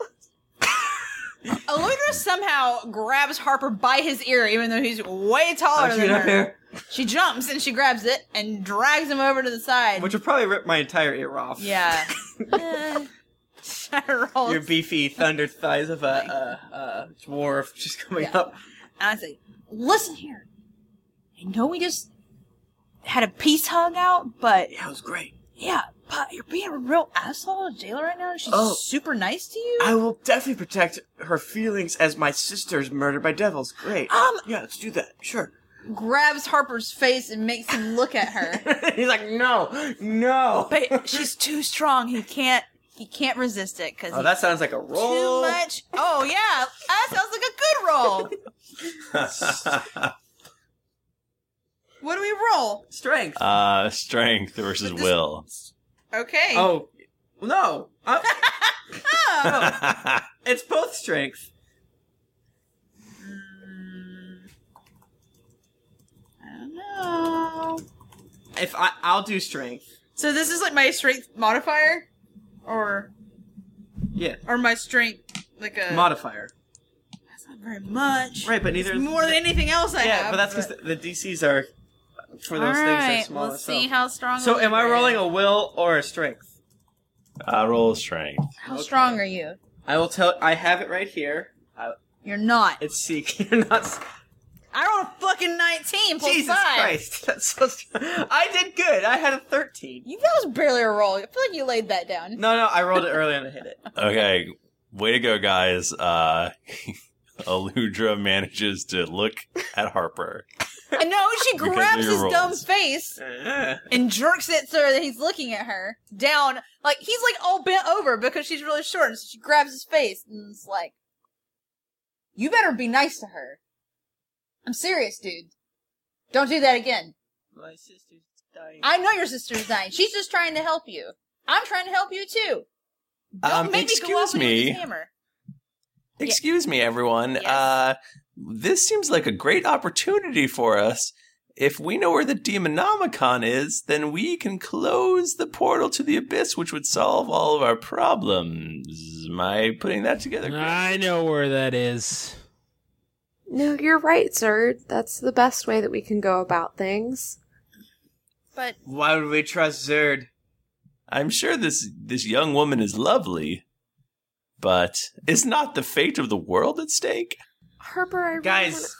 Speaker 2: Aludra somehow grabs Harper by his ear, even though he's way taller
Speaker 3: Oh, she
Speaker 2: than
Speaker 3: got
Speaker 2: her. She jumps and she grabs it and drags him over to the side.
Speaker 3: Which would probably rip my entire ear off.
Speaker 2: yeah. Eh. I rolled.
Speaker 3: Your beefy thunder thighs of a, a, a dwarf just coming
Speaker 2: Yeah.
Speaker 3: up.
Speaker 2: And I say, listen here. I know we just had a peace hug out, but.
Speaker 3: Yeah, it was great.
Speaker 2: Yeah, but you're being a real asshole to Jayla right now. She's
Speaker 3: Oh.
Speaker 2: super nice to you.
Speaker 3: I will definitely protect her feelings as my sister's murdered by devils. Great.
Speaker 2: Um,
Speaker 3: yeah, let's do that. Sure.
Speaker 2: Grabs Harper's face and makes him look at her.
Speaker 3: He's like, no, no.
Speaker 2: But she's too strong. He can't. He can't resist it because
Speaker 3: Oh, that sounds like a roll.
Speaker 2: Too much. Oh yeah, that sounds like a good roll. What do we roll?
Speaker 3: Strength.
Speaker 1: uh, strength versus will.
Speaker 2: Okay.
Speaker 3: Oh, no.
Speaker 2: Oh,
Speaker 3: I- no. It's both strength.
Speaker 2: No.
Speaker 3: If I, I'll do strength.
Speaker 2: So this is like my strength modifier, or
Speaker 3: Yeah.
Speaker 2: or my strength like a
Speaker 3: Modifier.
Speaker 2: That's not very much.
Speaker 3: Right, but
Speaker 2: It's
Speaker 3: neither.
Speaker 2: more than anything else I
Speaker 3: yeah,
Speaker 2: have.
Speaker 3: but that's because the, the DCs are for those
Speaker 2: Alright,
Speaker 3: things are smaller.
Speaker 2: let's
Speaker 3: so.
Speaker 2: see how strong
Speaker 3: So,
Speaker 2: Aludra
Speaker 3: am I
Speaker 2: is.
Speaker 3: rolling a will or a strength?
Speaker 1: I roll strength.
Speaker 2: How strong are you?
Speaker 3: I will tell. I have it right here. I,
Speaker 2: You're not.
Speaker 3: It's seek. You're not. s-
Speaker 2: I rolled a fucking nineteen plus
Speaker 3: Jesus
Speaker 2: five.
Speaker 3: Christ, that's so. str- I did good. I had a thirteen.
Speaker 2: You that was barely a roll. I feel like you laid that down.
Speaker 3: No, no, I rolled it early and I hit it.
Speaker 1: Okay, way to go, guys. Uh, Aludra manages to look at Harper.
Speaker 2: And no, she
Speaker 1: Because of
Speaker 2: grabs
Speaker 1: your
Speaker 2: his
Speaker 1: rolls.
Speaker 2: dumb face and jerks it so that he's looking at her down. Like he's like all bent over because she's really short, and so she grabs his face and it's like, "You better be nice to her." I'm serious, dude. Don't do that again.
Speaker 3: My sister's dying.
Speaker 2: I know your sister's dying. She's just trying to help you. I'm trying to help you too. Don't
Speaker 1: Um,
Speaker 2: make me go
Speaker 1: excuse
Speaker 2: up with
Speaker 1: me.
Speaker 2: this hammer.
Speaker 1: Excuse me, everyone. Uh, this seems like a great opportunity for us. If we know where the Demonomicon is, then we can close the portal to the abyss, which would solve all of our problems. Am I putting that together?
Speaker 8: I know where that is.
Speaker 4: No, you're right, Zerd. That's the best way that we can go about things.
Speaker 2: But
Speaker 3: Why would we trust Zerd?
Speaker 1: I'm sure this this young woman is lovely, but is not the fate of the world at stake?
Speaker 4: Harper, I really
Speaker 3: Guys,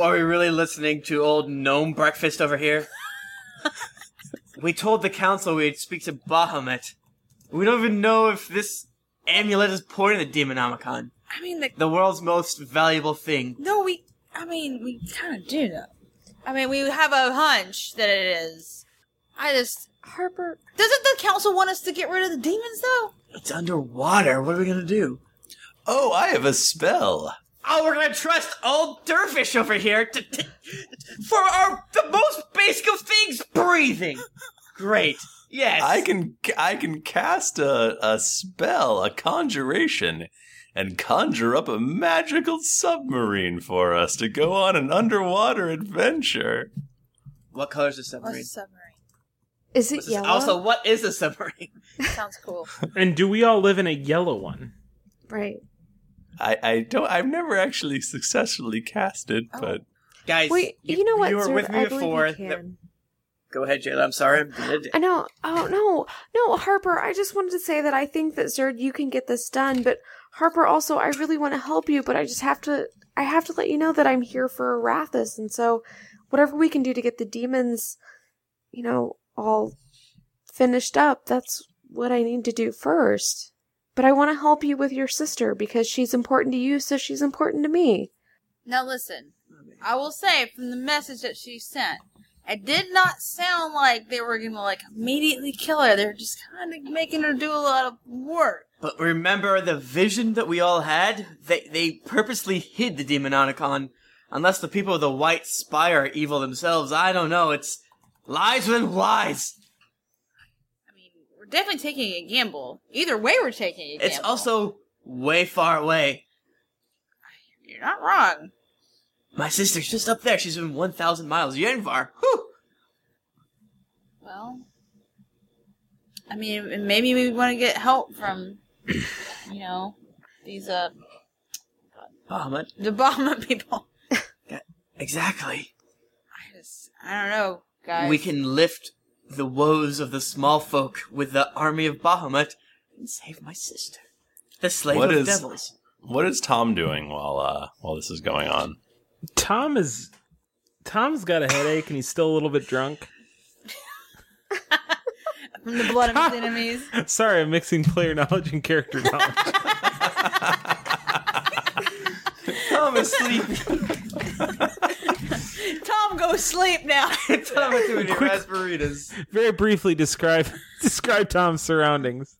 Speaker 3: are we really listening to old gnome breakfast over here? we told the council we'd speak to Bahamut. We don't even know if this amulet is pointing at the Demonomicon,
Speaker 2: I mean, the,
Speaker 3: the world's most valuable thing.
Speaker 2: no, we. I mean, we kind of do know. I mean, we have a hunch that it is. I just
Speaker 4: Harper.
Speaker 2: Doesn't the council want us to get rid of the demons though?
Speaker 3: It's underwater. What are we gonna do?
Speaker 1: Oh, I have a spell.
Speaker 3: Oh, we're gonna trust old Dervish over here to, to for our the most basic of things, breathing. Great. Yes.
Speaker 1: I can I can cast a, a spell, a conjuration, and conjure up a magical submarine for us to go on an underwater adventure.
Speaker 3: What color is the submarine?
Speaker 4: Is it yellow?
Speaker 3: Also, what is a submarine?
Speaker 2: Sounds cool.
Speaker 5: And do we all live in a yellow one?
Speaker 4: Right.
Speaker 1: I, I don't I've never actually successfully cast
Speaker 5: Oh.
Speaker 1: it, but
Speaker 3: Guys,
Speaker 4: Wait, you know what,
Speaker 3: You were
Speaker 4: Zerd?
Speaker 3: with me
Speaker 4: I believe you
Speaker 3: before. The-
Speaker 4: can.
Speaker 3: Go ahead, Jayla. I'm sorry. I'm good.
Speaker 4: I know. Oh no, no, Harper. I just wanted to say that I think that Zerd, you can get this done. But Harper, also, I really want to help you, but I just have to. I have to let you know that I'm here for Arathis, and so whatever we can do to get the demons, you know, all finished up, that's what I need to do first. But I want to help you with your sister because she's important to you, so she's important to me.
Speaker 2: Now listen, I will say from the message that she sent, it did not sound like they were gonna like immediately kill her. They're just kind of making her do a lot of work.
Speaker 3: But remember the vision that we all had? They they purposely hid the Demononicon. Unless the people of the White Spire are evil themselves, I don't know. It's lies within lies.
Speaker 2: We're definitely taking a gamble. Either way, we're taking a gamble.
Speaker 3: It's also way far away.
Speaker 2: You're not wrong.
Speaker 3: My sister's just up there. She's been 1,000 miles. Yenvar.
Speaker 2: Well, I mean, and maybe we want to get help from, you know, these uh,
Speaker 3: Bahamut.
Speaker 2: the Bahama people.
Speaker 3: Exactly.
Speaker 2: I just, I don't know, guys.
Speaker 3: We can lift the woes of the small folk with the army of Bahamut and save my sister. The slave
Speaker 1: What
Speaker 3: of
Speaker 1: is-
Speaker 3: devils.
Speaker 1: What is Tom doing while uh, while this is going on?
Speaker 5: Tom is Tom's got a headache and he's still a little bit drunk.
Speaker 2: from the blood of his enemies.
Speaker 5: Sorry, I'm mixing player knowledge and character knowledge.
Speaker 3: Tom is sleepy.
Speaker 2: Tom, go sleep now.
Speaker 3: Tom is doing
Speaker 5: Quick-
Speaker 3: raspberries.
Speaker 5: Very briefly describe describe Tom's surroundings.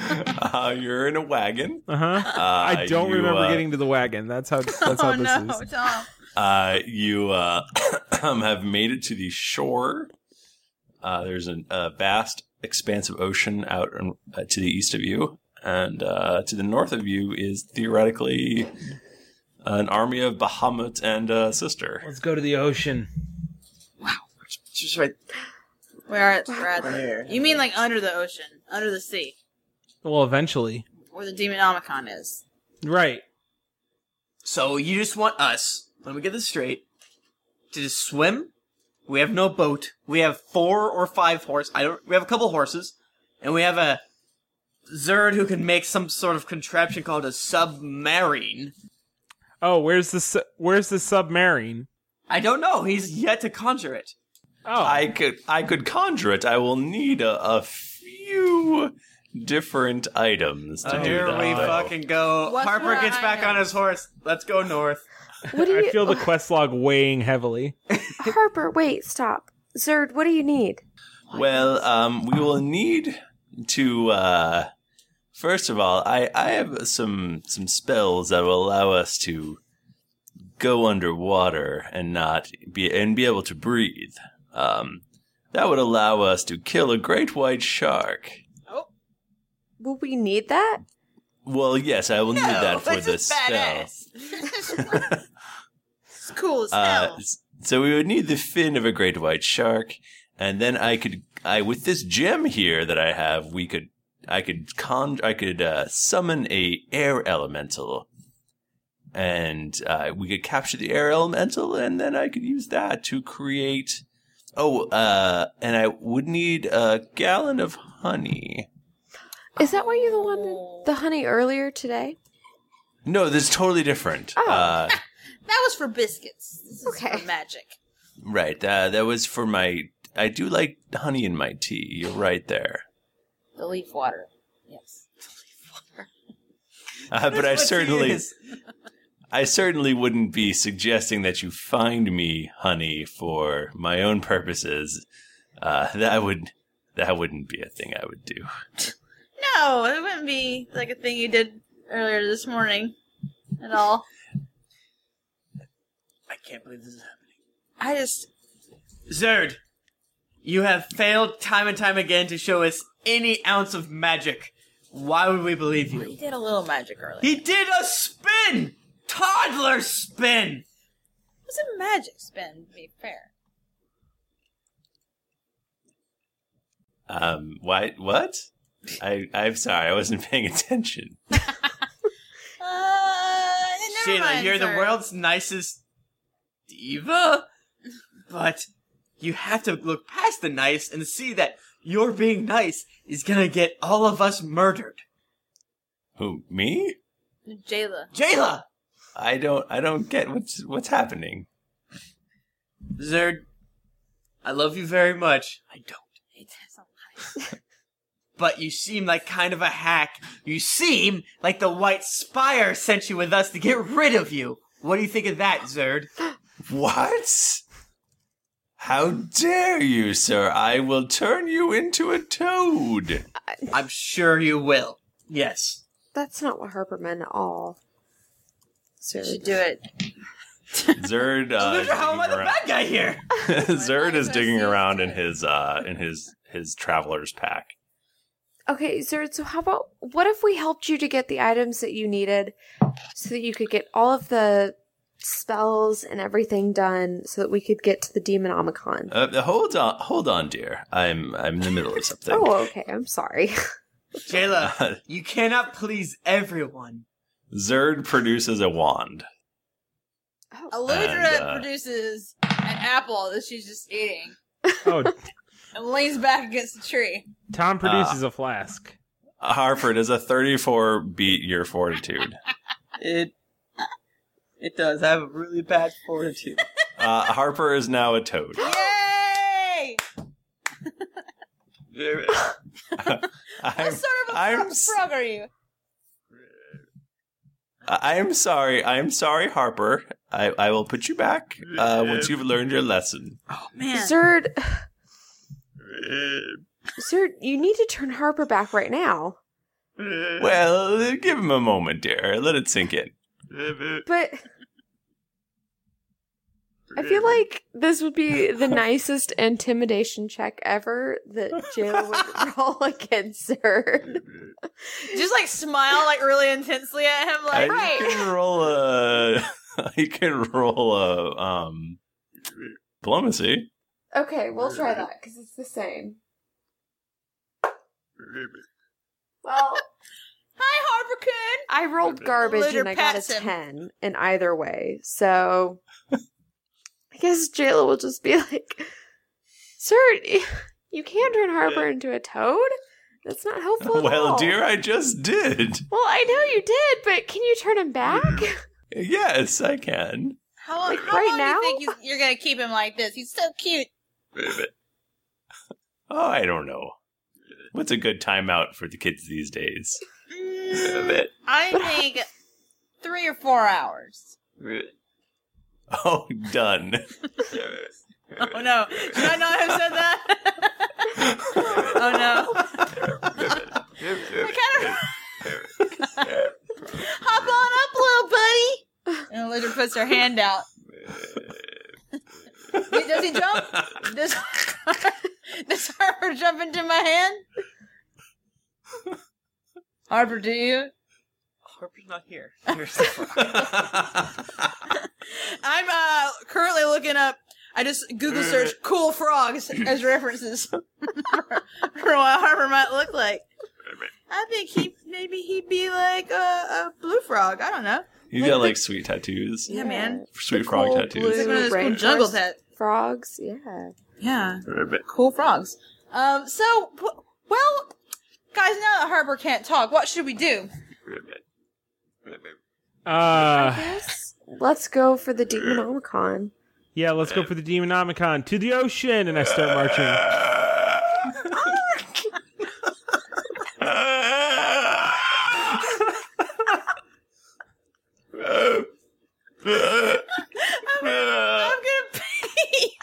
Speaker 1: Uh, you're in a wagon.
Speaker 5: Uh-huh. I don't
Speaker 1: you,
Speaker 5: remember
Speaker 1: uh,
Speaker 5: getting to the wagon. That's how that's how
Speaker 2: oh
Speaker 5: this
Speaker 2: no,
Speaker 5: is.
Speaker 2: Tom.
Speaker 1: Uh, you uh, have made it to the shore. Uh, there's a uh, vast expanse of ocean out in, uh, to the east of you, and uh, to the north of you is theoretically an army of Bahamut and uh, Sister.
Speaker 5: Let's go to the ocean.
Speaker 3: Just right.
Speaker 2: Where it's right
Speaker 5: Right
Speaker 2: there.
Speaker 5: here.
Speaker 2: You mean like under the ocean, under the sea,
Speaker 5: Well, eventually,
Speaker 2: where the Demonomicon is?
Speaker 5: right?
Speaker 3: So you just want us, let me get this straight, to just swim. We have no boat. We have four or five horse. I don't. We have a couple horses, and we have a Zerd who can make some sort of contraption called a submarine.
Speaker 5: Oh, where's the su- where's the submarine?
Speaker 3: I don't know. He's yet to conjure it.
Speaker 5: Oh,
Speaker 1: I could I could conjure it. I will need a, a few different items to
Speaker 3: Oh,
Speaker 1: do
Speaker 3: here
Speaker 1: that.
Speaker 3: we fucking go.
Speaker 2: What's
Speaker 3: Harper
Speaker 2: the
Speaker 3: gets back on his horse. Let's go north.
Speaker 5: I feel the quest log weighing heavily.
Speaker 4: Harper, wait, stop. Zerd, what do you need?
Speaker 1: Well, um, we will need to. Uh, first of all, I, I have some some spells that will allow us to go underwater and not be and be able to breathe. Um, that would allow us to kill a great white shark.
Speaker 4: Will we need that?
Speaker 1: Well, yes, I will need that for this spell.
Speaker 2: It's cool as
Speaker 1: Uh,
Speaker 2: hell.
Speaker 1: s- so we would need the fin of a great white shark, and then I could, I with this gem here that I have, we could, I could con, I could uh, summon a air elemental, and uh, we could capture the air elemental, and then I could use that to create. Oh, uh, and I would need a gallon of honey.
Speaker 4: Is that why you're the one that, the honey earlier today?
Speaker 1: No, this is totally different. Uh,
Speaker 2: that was for biscuits. This is for magic.
Speaker 1: right, uh, that was for my. I do like honey in my tea. You're right there.
Speaker 2: The leaf water. Yes.
Speaker 1: Uh, but I
Speaker 2: That's what she
Speaker 1: certainly,
Speaker 2: is.
Speaker 1: I certainly wouldn't be suggesting that you find me, honey, for my own purposes. Uh, that would, that wouldn't be a thing I would do.
Speaker 2: No, it wouldn't be like a thing you did earlier this morning at all.
Speaker 3: I can't believe this is happening.
Speaker 2: I just
Speaker 3: Zerd, you have failed time and time again to show us any ounce of magic. Why would we believe
Speaker 2: he
Speaker 3: you?
Speaker 2: did a little magic earlier.
Speaker 3: He did a spin! Toddler spin!
Speaker 2: It was a magic spin, to be fair.
Speaker 1: Um, why? What? I, I'm sorry, I wasn't paying attention.
Speaker 3: Sheila,
Speaker 2: Uh, mind,
Speaker 3: you're the
Speaker 2: sir.
Speaker 3: world's nicest diva, but you have to look past the nice and see that your being nice is gonna get all of us murdered.
Speaker 1: Who? Me?
Speaker 2: Jayla.
Speaker 3: Jayla!
Speaker 1: I don't, I don't get what's what's happening.
Speaker 3: Zerd, I love you very much. I don't. but you seem like kind of a hack. You seem like the White Spire sent you with us to get rid of you. What do you think of that, Zerd?
Speaker 11: What? How dare you, sir? I will turn you into a toad.
Speaker 3: I'm sure you will. Yes.
Speaker 4: That's not what Harper meant at all. Sir.
Speaker 2: should do it.
Speaker 1: Zerd. Uh,
Speaker 3: How am I the
Speaker 1: digging
Speaker 3: bad guy here?
Speaker 1: around- Zerd is digging around in his uh, in his his traveler's pack.
Speaker 4: Okay, sir. So how about what if we helped you to get the items that you needed, so that you could get all of the spells and everything done, so that we could get to the demon omicron.
Speaker 1: Uh, hold on, hold on, dear. I'm I'm in the middle of something.
Speaker 4: Oh, okay. I'm sorry.
Speaker 3: Jayla, you cannot please everyone.
Speaker 1: Zerd produces a wand.
Speaker 4: Oh,
Speaker 2: Eludra
Speaker 1: And, uh,
Speaker 2: produces an apple that she's just eating
Speaker 5: Oh,
Speaker 2: and leans back against the tree.
Speaker 5: Tom produces
Speaker 3: Uh.
Speaker 5: a flask.
Speaker 1: Harford is a 34 beat your fortitude.
Speaker 3: It it does have a really bad fortitude.
Speaker 1: Uh, Harper is now a toad.
Speaker 2: Yay!
Speaker 1: I'm,
Speaker 2: what sort of a
Speaker 1: I'm
Speaker 2: frog-
Speaker 1: s-
Speaker 2: frog are you?
Speaker 1: I'm sorry. I'm sorry, Harper. I, I will put you back uh, once you've learned your lesson.
Speaker 4: Zerd, Zerd, you need to turn Harper back right now.
Speaker 1: Well, give him a moment, dear. Let it sink in.
Speaker 4: But I feel like this would be the nicest intimidation check ever that Jayla would roll against Zerd.
Speaker 2: Just like smile like really intensely at him,
Speaker 1: I-
Speaker 2: like
Speaker 1: You can roll a. You can roll a um, diplomacy.
Speaker 4: Okay, we'll try that because it's the same. Well,
Speaker 2: hi Harper Coon.
Speaker 4: I rolled garbage
Speaker 2: Litter
Speaker 4: and I got a
Speaker 2: pats him.
Speaker 4: ten in either way, so I guess Jayla will just be like, "Sir, you can't turn Harper into a toad. That's not helpful." at
Speaker 1: Well,
Speaker 4: all."
Speaker 1: dear, I just did.
Speaker 4: Well, I know you did, but can you turn him back?
Speaker 1: Yes, I can.
Speaker 2: How long, how long do you think he's, you're gonna keep him like this? He's so cute.
Speaker 1: Oh, I don't know. What's a good timeout for the kids these days?
Speaker 2: I think three or four hours.
Speaker 1: Oh, done.
Speaker 2: Oh no! Should I not have said that? oh no! Hop on up, little buddy. And Eludra puts her hand out. Does he jump? Does Does Harper jump into my hand? Harper, do you?
Speaker 3: Harper's not here.
Speaker 2: I'm uh, currently looking up. I just Google search "cool frogs" as references for, for what Harper might look like. I think he maybe he'd be like a, a blue frog. I don't know.
Speaker 1: You got like sweet tattoos.
Speaker 2: Yeah, man.
Speaker 1: Sweet frog
Speaker 2: It's like
Speaker 1: tattoos.
Speaker 2: one of those cool
Speaker 4: rainforest
Speaker 2: jungle pet
Speaker 4: frogs. Yeah.
Speaker 2: Yeah. Cool frogs. Um. So, w- well, guys, now that Harper can't talk, what should we do?
Speaker 5: Uh,
Speaker 4: Yes. Let's go for the demon omicron.
Speaker 5: yeah, let's go for the Demonomicon to the ocean, and I start marching.
Speaker 4: Uh,
Speaker 2: I'm gonna pee.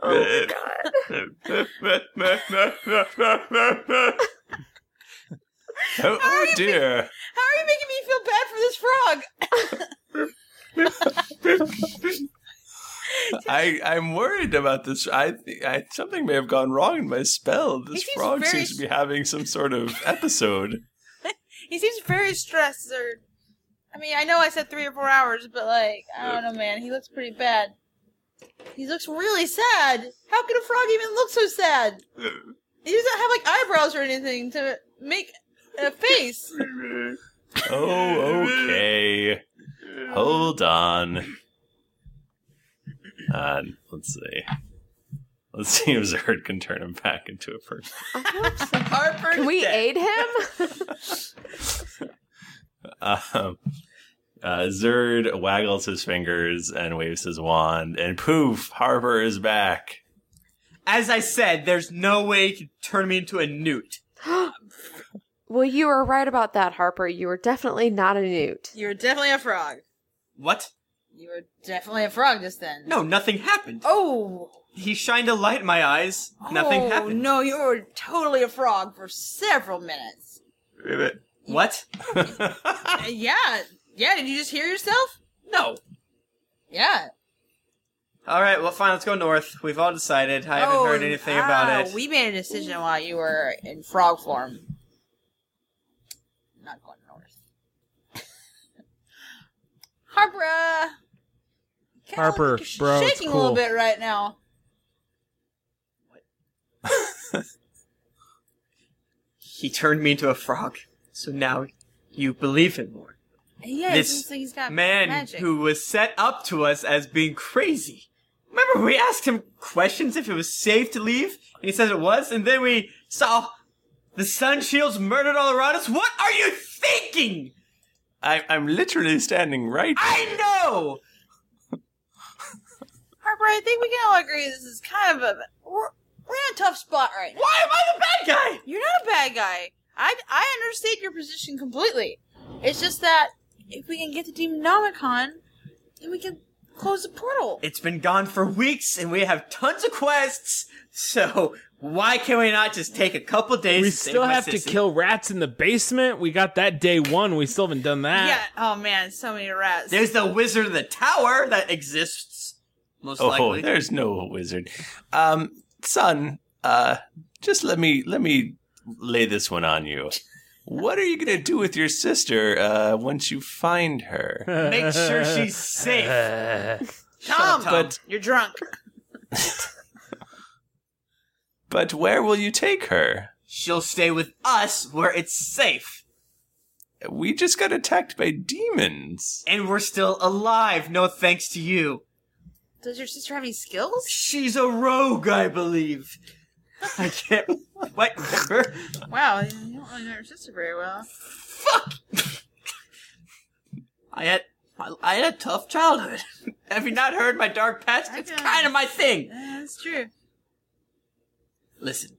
Speaker 11: Oh, God.
Speaker 1: Oh, oh dear.
Speaker 2: How are you making me feel bad for this frog?
Speaker 1: I I'm worried about this. I, thi- I something may have gone wrong in my spell. This
Speaker 2: seems
Speaker 1: frog
Speaker 2: very
Speaker 1: seems to be having some sort of episode.
Speaker 2: He seems very stressed. Or, I mean, I know I said three or four hours, but like, I don't know, man. He looks pretty bad. He looks really sad. How could a frog even look so sad? He doesn't have like eyebrows or anything to make a face.
Speaker 1: Oh, okay. Hold on. Uh, let's see. Let's see if Zerd can turn him back into a person.
Speaker 4: Can we aid him?
Speaker 1: Um, uh, Zerd waggles his fingers and waves his wand, and poof, Harper is back.
Speaker 3: As I said, there's no way you can turn me into a newt.
Speaker 4: well, you were right about that, Harper. You were definitely not a newt.
Speaker 2: You were definitely a frog.
Speaker 3: What?
Speaker 2: You were definitely a frog just then.
Speaker 3: No, nothing happened.
Speaker 2: Oh.
Speaker 3: He shined a light in my eyes. Nothing
Speaker 2: oh,
Speaker 3: happened.
Speaker 2: no, you were totally a frog for several minutes.
Speaker 3: What?
Speaker 2: Uh, yeah. Yeah, did you just hear yourself?
Speaker 3: No.
Speaker 2: Yeah.
Speaker 3: All right, well, fine. Let's go north. We've all decided. I haven't
Speaker 2: Oh,
Speaker 3: heard anything
Speaker 2: ah,
Speaker 3: about it.
Speaker 2: We made a decision while you were in frog form. Not going north. Harper, uh,
Speaker 5: Harper, bro, it's
Speaker 2: shaking a little
Speaker 5: cool.
Speaker 2: bit right now.
Speaker 3: He turned me into a frog, so now you believe him more.
Speaker 2: Yeah,
Speaker 3: This
Speaker 2: it seems like he's got
Speaker 3: Man
Speaker 2: magic.
Speaker 3: who was set up to us as being crazy. Remember, we asked him questions if it was safe to leave, and he said it was, and then we saw the sun shields murdered all around us. What are you thinking?
Speaker 11: I, I'm literally standing right.
Speaker 3: I know.
Speaker 2: Harper, I think we can all agree this is kind of a we're, we're in a tough spot right now.
Speaker 3: Why am I the bad guy?
Speaker 2: You're not a bad guy. I I understand your position completely. It's just that if we can get to Demonomicon, then we can close the portal.
Speaker 3: It's been gone for weeks, and we have tons of quests. So why can we not just take a couple days?
Speaker 5: We
Speaker 3: to save
Speaker 5: still
Speaker 3: my
Speaker 5: have to
Speaker 3: sister?
Speaker 5: kill rats in the basement. We got that day one. We still haven't done that.
Speaker 2: Yeah. Oh man, so many rats.
Speaker 3: There's the wizard of the tower that exists. Most
Speaker 11: oh,
Speaker 3: likely,
Speaker 11: there's no wizard. Um, son, uh, just let me let me lay this one on you. What are you gonna do with your sister uh, once you find her?
Speaker 3: Make sure she's safe.
Speaker 2: Tom,
Speaker 11: But-
Speaker 2: you're drunk.
Speaker 11: But where will you take her?
Speaker 3: She'll stay with us where it's safe.
Speaker 11: We just got attacked by demons.
Speaker 3: And we're still alive, no thanks to you.
Speaker 2: Does your sister have any skills?
Speaker 3: She's a rogue, I believe. I can't quite remember.
Speaker 2: Wow, you don't really know your sister very well.
Speaker 3: I had I, I had a tough childhood. have you not heard my dark past? It's kind of my thing.
Speaker 2: That's true.
Speaker 3: Listen,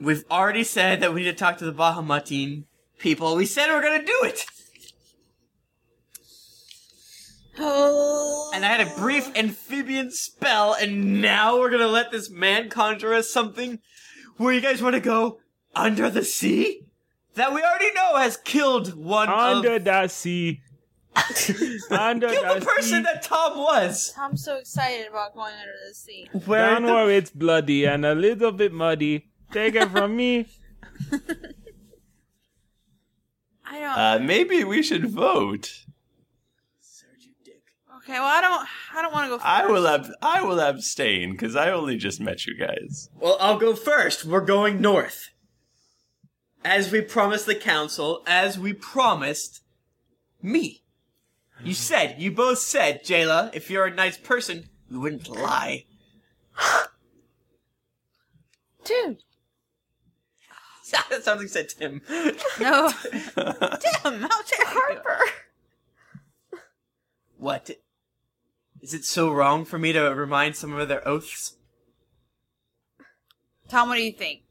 Speaker 3: we've already said that we need to talk to the Bahamatin people. We said we're gonna do it.
Speaker 2: Oh.
Speaker 3: And I had a brief amphibian spell, and now we're gonna let this man conjure us something where you guys wanna go under the sea? That we already know has killed one
Speaker 5: Under
Speaker 3: of
Speaker 5: the sea. Under
Speaker 3: the person that Tom was.
Speaker 2: Tom's so excited about going under the sea.
Speaker 5: Down where it's bloody and a little bit muddy. Take it from me.
Speaker 2: I don't.
Speaker 11: Uh, maybe we should vote.
Speaker 2: okay, well, I don't. I don't want to go. First.
Speaker 11: I will
Speaker 3: uh,
Speaker 11: ab- I will abstain because I only just met you guys.
Speaker 3: Well, I'll go first. We're going north. As we promised the council, as we promised me. You said, you both said, Jayla, if you're a nice person, you wouldn't lie.
Speaker 2: Dude.
Speaker 3: that sounds like said Tim.
Speaker 2: No. Tim, how dare Harper?
Speaker 3: What? Is it so wrong for me to remind someone of their oaths?
Speaker 2: Tom, what do you think?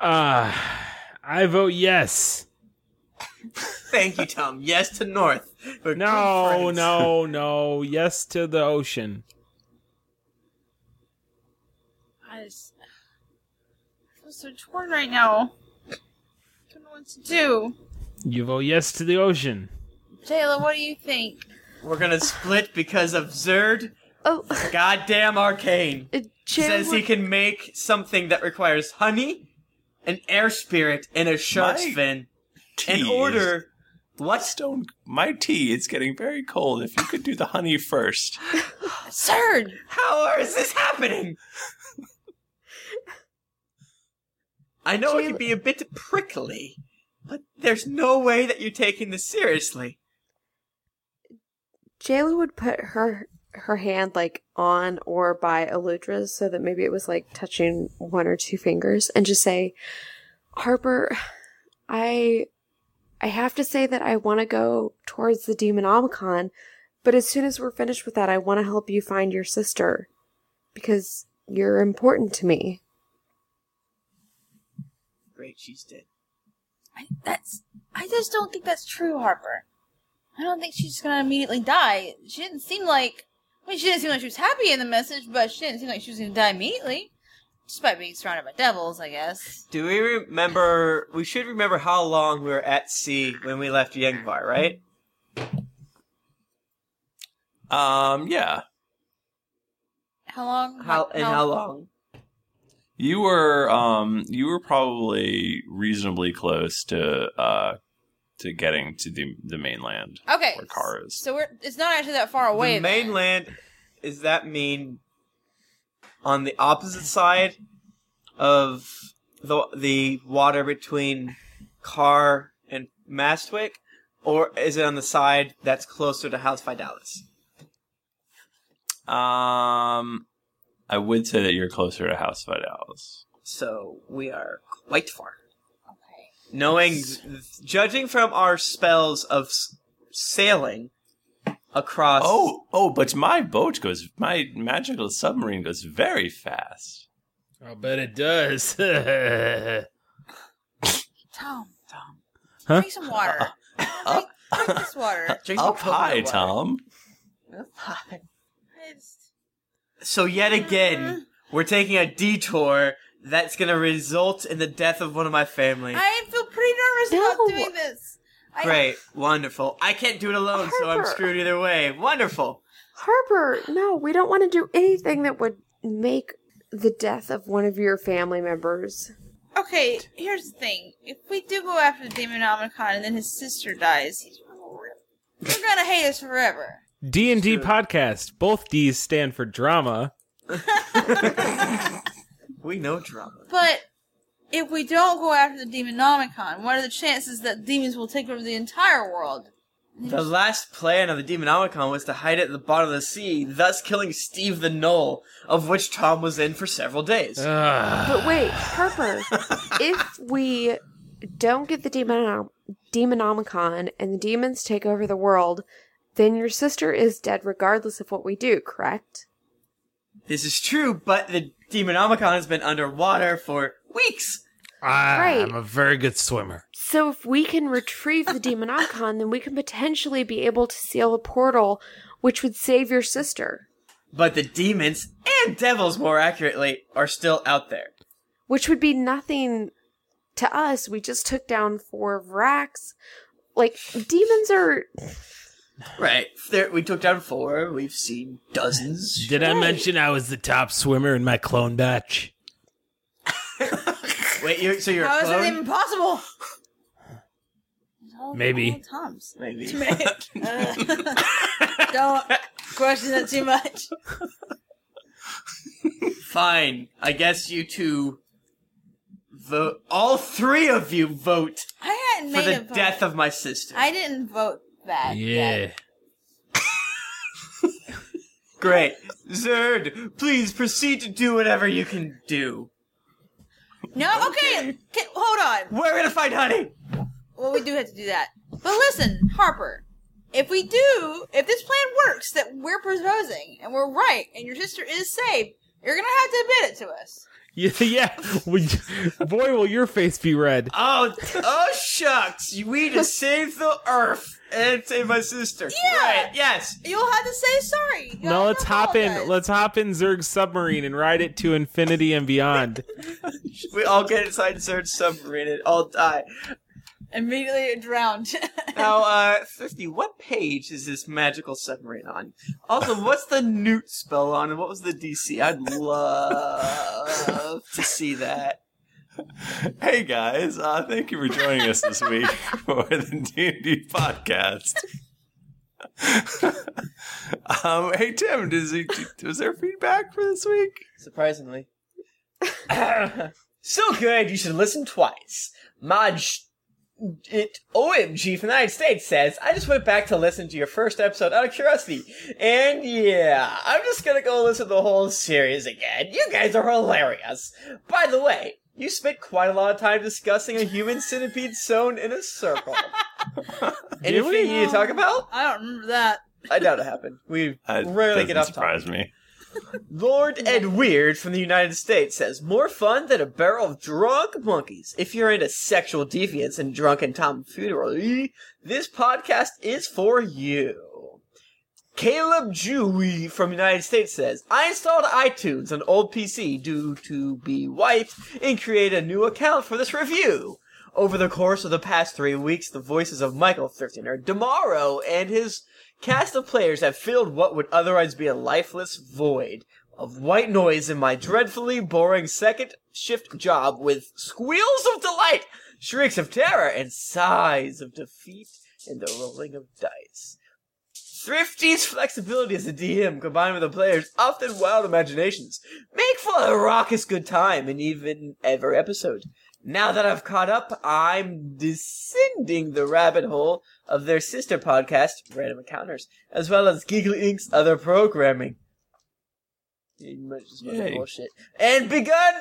Speaker 5: Ah, I vote yes.
Speaker 3: Thank you, Tom. Yes to North.
Speaker 5: no, no, no. Yes to the ocean.
Speaker 2: I just. I feel so torn right now. don't know what to do.
Speaker 5: You vote yes to the ocean.
Speaker 2: Jayla, what do you think?
Speaker 3: We're gonna split because of Zerd. Oh.
Speaker 4: uh,
Speaker 3: Goddamn arcane. says he can make something that requires honey, an air spirit, and a shark's
Speaker 11: My
Speaker 3: fin.
Speaker 11: is-
Speaker 3: In order. What
Speaker 11: stone? My tea. It's getting very cold. If you could do the honey first.
Speaker 2: Zerd!
Speaker 3: How are- is this happening? I know it can be a bit prickly, but there's no way that you're taking this seriously.
Speaker 4: Jayla would put her her hand like on or by Eludra's so that maybe it was like touching one or two fingers and just say, Harper, I I have to say that I want to go towards the Demonomicon, but as soon as we're finished with that, I want to help you find your sister because You're important to me.
Speaker 3: Great, she's dead.
Speaker 2: That's. I just don't think that's true, Harper. I don't think she's gonna immediately die. She didn't seem like. I mean, she didn't seem like she was happy in the message, but she didn't seem like she was gonna die immediately. Just by being surrounded by devils, I guess.
Speaker 3: Do we remember? We should remember how long we were at sea when we left Yengvar, right?
Speaker 11: Um, yeah.
Speaker 2: How long?
Speaker 3: How and how long?
Speaker 1: You were um you were probably reasonably close to uh to getting to the the mainland.
Speaker 2: Okay.
Speaker 1: Where Kara is.
Speaker 2: So we're. It's not actually that far away.
Speaker 3: the
Speaker 2: then.
Speaker 3: mainland. Does that mean on the opposite side of the the water between Carr and Mastwick, or is it on the side that's closer to House Fidalis?
Speaker 1: Um, I would say that you're closer to House Fidalis.
Speaker 3: So we are quite far. Knowing, judging from our spells of s- sailing across.
Speaker 1: Oh, oh, but my boat goes, my magical submarine goes very fast.
Speaker 8: I'll bet it does.
Speaker 2: Tom,
Speaker 8: Huh?
Speaker 2: drink some water. drink this water.
Speaker 1: Up high, Tom.
Speaker 3: So yet again, we're taking a detour that's going to result in the death of one of my family.
Speaker 2: I feel pretty nervous about doing this. I,
Speaker 3: Great, wonderful. I can't do it alone, so I'm
Speaker 4: Harper.
Speaker 3: screwed either way. Wonderful.
Speaker 4: Harper, no, we don't want to do anything that would make the death of one of your family members.
Speaker 2: Okay, here's the thing. If we do go after the Demonomicon and then his sister dies, he's you're gonna hate us forever.
Speaker 5: D and D podcast. Both D's stand for drama.
Speaker 3: we know drama.
Speaker 2: But if we don't go after the Demonomicon, what are the chances that demons will take over the entire world?
Speaker 3: The last plan of the Demonomicon was to hide at the bottom of the sea, thus killing Steve the Knoll, of which Tom was in for several days.
Speaker 4: But wait, Harper, if we don't get the demon demonomicon and the demons take over the world, then your sister is dead regardless of what we do, correct?
Speaker 3: This is true, but the Demonomicon has been underwater for weeks.
Speaker 4: Right.
Speaker 8: Ah, I'm a very good swimmer.
Speaker 4: So if we can retrieve the demonomicon, then we can potentially be able to seal a portal which would save your sister,
Speaker 3: But the demons and devils, more accurately, are still out there.
Speaker 4: which would be nothing to us. We just took down four racks. Like demons are
Speaker 3: Right. There, we took down four. We've seen dozens.
Speaker 8: Did I mention I was the top swimmer in my clone batch?
Speaker 3: Wait, you so you're
Speaker 2: How
Speaker 3: a
Speaker 2: is
Speaker 3: clone?
Speaker 2: it even possible?
Speaker 8: Maybe.
Speaker 2: Tom's.
Speaker 3: Maybe.
Speaker 2: Uh, don't question that too much.
Speaker 3: Fine. I guess you two vote. All three of you vote
Speaker 2: I hadn't
Speaker 3: for
Speaker 2: made
Speaker 3: the
Speaker 2: a vote.
Speaker 3: death of my sister.
Speaker 2: I didn't vote that.
Speaker 8: Yeah.
Speaker 3: Great. Zerd, please proceed to do whatever you can do.
Speaker 2: No, okay. okay. Hold on.
Speaker 3: We're gonna find honey.
Speaker 2: Well, we do have to do that. But listen, Harper, if we do, if this plan works that we're proposing and we're right and your sister is saved, you're gonna have to admit it to us.
Speaker 5: Yeah, yeah. We- Boy, will your face be red.
Speaker 3: Oh, oh shucks. We just saved the earth and saved my sister.
Speaker 2: Yeah.
Speaker 3: Right, yes.
Speaker 2: You'll have to say sorry.
Speaker 5: No, let's hop in. Let's hop in Zerg's submarine and ride it to infinity and beyond.
Speaker 3: We all get inside Zerd's submarine and all die.
Speaker 2: Immediately it drowned.
Speaker 3: Now, uh, Thrifty, what page is this magical submarine on? Also, what's the newt spell on and what was the DC? I'd love to see that.
Speaker 1: Hey guys, uh, thank you for joining us this week for the D and D podcast. um, hey Tim, does he, was there feedback for this week?
Speaker 3: Surprisingly. so good, you should listen twice. Maj. It OMG from the United States says, I just went back to listen to your first episode out of curiosity. And yeah, I'm just gonna go listen to the whole series again. You guys are hilarious. By the way, you spent quite a lot of time discussing a human centipede sewn in a circle. Anything you need to talk about?
Speaker 2: I don't remember that.
Speaker 3: I doubt it happened. We rarely get off topic.
Speaker 1: Uh, Surprise me.
Speaker 3: Lord Ed Weird from the United States says, More fun than a barrel of drunk monkeys. If you're into sexual deviance and drunken tomfoolery, this podcast is for you. Caleb Jewey from the United States says, I installed iTunes on old PC due to be wiped and created a new account for this review. Over the course of the past three weeks, the voices of Michael Thriftiner, Damaro, and his cast of players have filled what would otherwise be a lifeless void of white noise in my dreadfully boring second shift job with squeals of delight, shrieks of terror, and sighs of defeat in the rolling of dice. Thrifty's flexibility as a DM, combined with the players' often wild imaginations, make for a raucous good time in even every episode. Now that I've caught up, I'm descending the rabbit hole of their sister podcast, Random Encounters, as well as Geekly Inc.'s other programming. You might just want to
Speaker 10: Yay.
Speaker 3: bullshit. And begun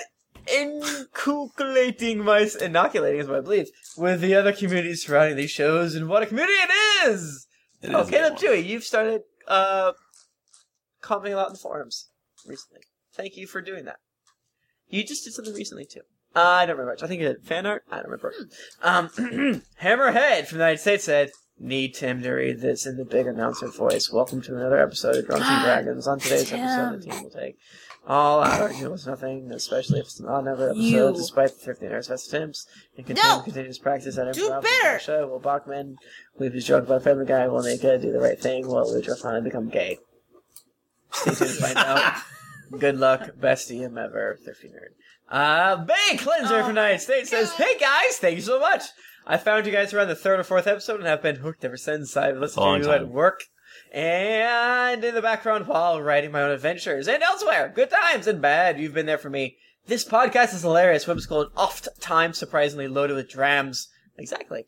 Speaker 3: inculcating my, inoculating is my belief, with the other communities surrounding these shows and what a community it is!
Speaker 10: It
Speaker 3: oh,
Speaker 10: is a good
Speaker 3: Caleb Chewy, you've started uh, commenting a lot in the forums recently. Thank you for doing that. You just did something recently too. Uh, I don't remember. I think it fan art. I don't remember.
Speaker 10: Hmm.
Speaker 3: Um, Hammerhead from the United States said, "Need Tim to read this in the big announcer voice." Welcome to another episode of Drunken Dragons. On today's episode, the team will take all out arguments, nothing, especially if it's not another episode,
Speaker 10: You.
Speaker 3: despite the 15 hours best attempts and continue, continuous practice at
Speaker 10: Do
Speaker 3: improv.
Speaker 10: better!
Speaker 3: The show will Bachman leave his joke about Family Guy? Will Nika do the right thing? Will Lucha finally become gay? Stay tuned to find out. Good luck, best DM ever, Thrifty Nerd. Uh, Bay Cleanser
Speaker 10: Oh
Speaker 3: from the United States says, Hey guys, thank you so much. I found you guys around the third or fourth episode and have been hooked ever since. I've listened
Speaker 10: Long
Speaker 3: to you
Speaker 10: time.
Speaker 3: at work and in the background while writing my own adventures and elsewhere. Good times and bad. You've been there for me. This podcast is hilarious, whimsical, and oft times surprisingly loaded with drams. Exactly.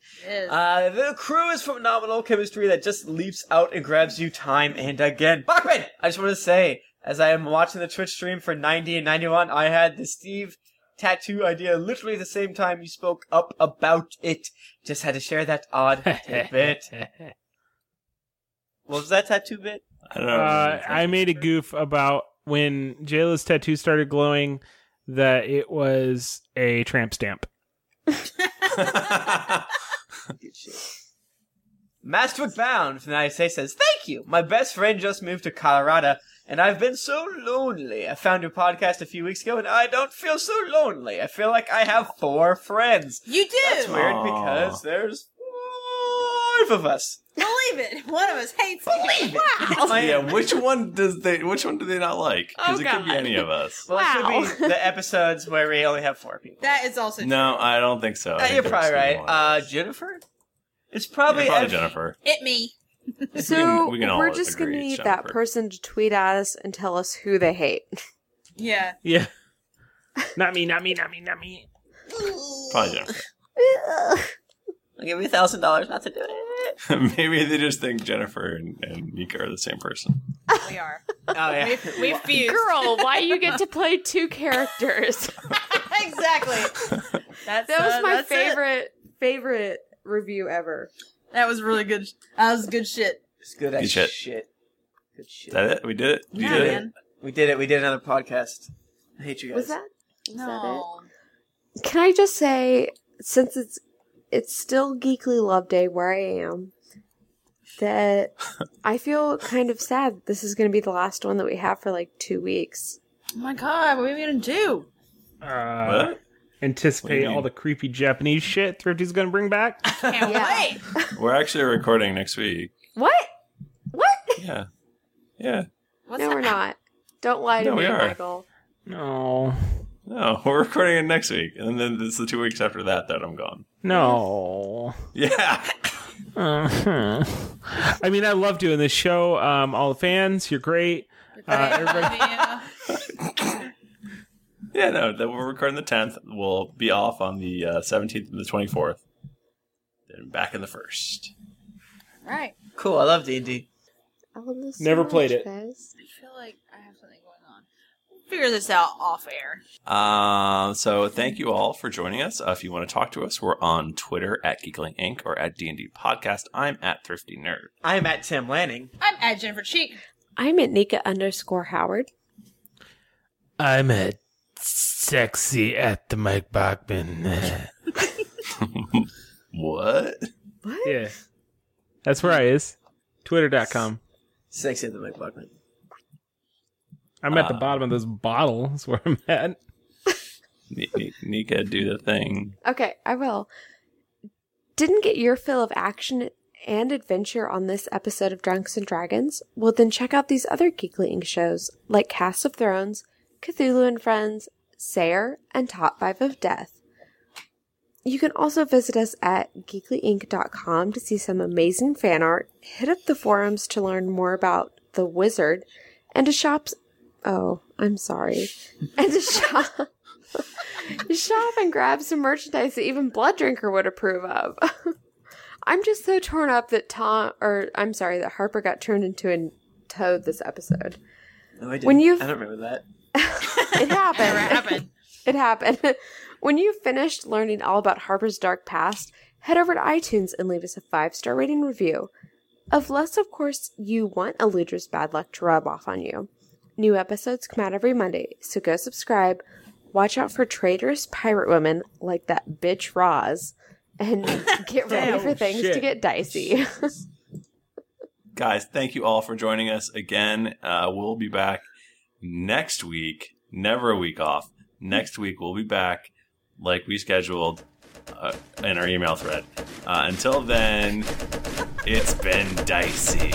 Speaker 3: Uh, the crew is phenomenal chemistry that just leaps out and grabs you time and again. Bachman! I just want to say, as I am watching the Twitch stream for 90 and 91, I had the Steve tattoo idea literally the same time you spoke up about it. Just had to share that odd tidbit. What was that tattoo bit?
Speaker 1: I
Speaker 5: Uh, I made a goof about when Jayla's tattoo started glowing that it was a tramp stamp.
Speaker 3: Mastwick Bound from the United States says, Thank you! My best friend just moved to Colorado, and I've been so lonely. I found your podcast a few weeks ago, and I don't feel so lonely. I feel like I have four friends.
Speaker 2: You do!
Speaker 3: That's weird because there's five of us.
Speaker 2: Believe it. One of us hates
Speaker 3: Believe
Speaker 2: it. Wow.
Speaker 1: yeah, which one does they? Which one do they not like? Because
Speaker 2: Oh,
Speaker 1: it could be
Speaker 2: God.
Speaker 1: any of us.
Speaker 3: Well, it could be
Speaker 2: Wow.
Speaker 3: the episodes where we only have four people.
Speaker 2: That is also
Speaker 1: No, I don't think so. I
Speaker 3: Uh,
Speaker 1: think
Speaker 3: you're
Speaker 1: there's
Speaker 3: probably
Speaker 1: still
Speaker 3: right.
Speaker 1: one.
Speaker 3: Uh, Jennifer? It's probably,
Speaker 1: Yeah, probably
Speaker 3: F-
Speaker 1: Jennifer.
Speaker 2: Hit me.
Speaker 4: So
Speaker 1: we
Speaker 4: we
Speaker 1: can all
Speaker 4: are just going to
Speaker 1: agree,
Speaker 4: need
Speaker 1: Jennifer.
Speaker 4: that person to tweet at us and tell us who they hate.
Speaker 2: Yeah.
Speaker 5: Yeah. Not me, not me, not me, not me.
Speaker 1: Probably Jennifer.
Speaker 3: I'll give you a thousand dollars not to do it.
Speaker 1: Maybe they just think Jennifer and, and Nika are the same person.
Speaker 2: We are.
Speaker 3: Oh yeah.
Speaker 2: We've fused.
Speaker 4: Girl, why you get to play two characters?
Speaker 2: exactly.
Speaker 4: That
Speaker 2: That's,
Speaker 4: was
Speaker 2: uh,
Speaker 4: my
Speaker 2: that's it.
Speaker 4: favorite favorite review ever.
Speaker 2: That was really good. That was good shit.
Speaker 3: It's good
Speaker 1: Good
Speaker 3: as
Speaker 1: shit.
Speaker 3: shit.
Speaker 1: Is that it? We did it. We
Speaker 2: Yeah,
Speaker 1: did
Speaker 2: man.
Speaker 3: We did it. We did another podcast. I hate you guys.
Speaker 4: Was that? was that
Speaker 2: No.
Speaker 4: it? Can I just say, since it's it's still Geekly Love Day where I am, that I feel kind of sad. This is going to be the last one that we have for like two weeks.
Speaker 2: Oh my god, what are we gonna do?
Speaker 5: Uh,
Speaker 1: What? What do
Speaker 5: Anticipate
Speaker 1: you mean?
Speaker 5: all the creepy Japanese shit Thrifty's going to bring back.
Speaker 2: Can't wait.
Speaker 1: it. We're actually recording next week.
Speaker 4: What? What?
Speaker 1: Yeah. Yeah.
Speaker 4: no, we're not. Don't lie to
Speaker 1: No,
Speaker 4: me,
Speaker 1: we are.
Speaker 4: Michael.
Speaker 5: No.
Speaker 1: No, we're recording it next week, and then it's the two weeks after that that I'm gone.
Speaker 5: No.
Speaker 1: Yeah.
Speaker 5: Uh-huh. I mean, I love doing this show. Um, all the fans, you're great. Uh, everybody,
Speaker 1: Yeah, no, that we're recording the 10th. We'll be off on the uh, 17th and the 24th. Then back in the 1st.
Speaker 2: Right.
Speaker 3: Cool. I love D and D.
Speaker 4: I love this
Speaker 1: Never played it.
Speaker 2: I feel like I have something going on. We'll figure this out off air.
Speaker 1: Um, so thank you all for joining us. Uh, if you want to talk to us, we're on Twitter at Geekling Inc. or at D&D Podcast. I'm at Thrifty Nerd.
Speaker 3: I'm at Tim Lanning.
Speaker 2: I'm at Jennifer Cheek.
Speaker 4: I'm at Nika underscore Howard.
Speaker 8: I'm a sexy at the Mike Bachman.
Speaker 1: what?
Speaker 5: What? Yeah. That's where I is. Twitter.com.
Speaker 3: Sexy at the Mike Buckman.
Speaker 5: I'm at the bottom of this bottle. That's where I'm at.
Speaker 1: Ni- Ni- Nika, do the thing.
Speaker 4: Okay, I will. Didn't get your fill of action and adventure on this episode of Drunks and Dragons? Well, then check out these other Geekly Inc. shows like Cast of Thrones, Cthulhu and Friends, Sayer, and Top 5 of Death. You can also visit us at geeklyinc.com to see some amazing fan art, hit up the forums to learn more about the wizard, and to shop. Oh, I'm sorry. and to shop. shop and grab some merchandise that even Blood Drinker would approve of. I'm just so torn up that Tom, or I'm sorry, that Harper got turned into a toad this episode.
Speaker 3: No, I didn't.
Speaker 4: When you-
Speaker 3: I don't remember that.
Speaker 4: It happened. it happened. When you've finished learning all about Harper's dark past, head over to iTunes and leave us a five star rating review. Unless, of course, you want Eludra's bad luck to rub off on you. New episodes come out every Monday, so go subscribe. Watch out for traitorous pirate women like that bitch Roz, and get ready
Speaker 2: Damn,
Speaker 4: for things to
Speaker 1: shit.
Speaker 4: get dicey.
Speaker 1: Guys, thank you all for joining us again. Uh, we'll be back next week. Never a week off. Next week, we'll be back like we scheduled uh, in our email thread. Uh, until then, it's been dicey.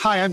Speaker 12: Hi, I'm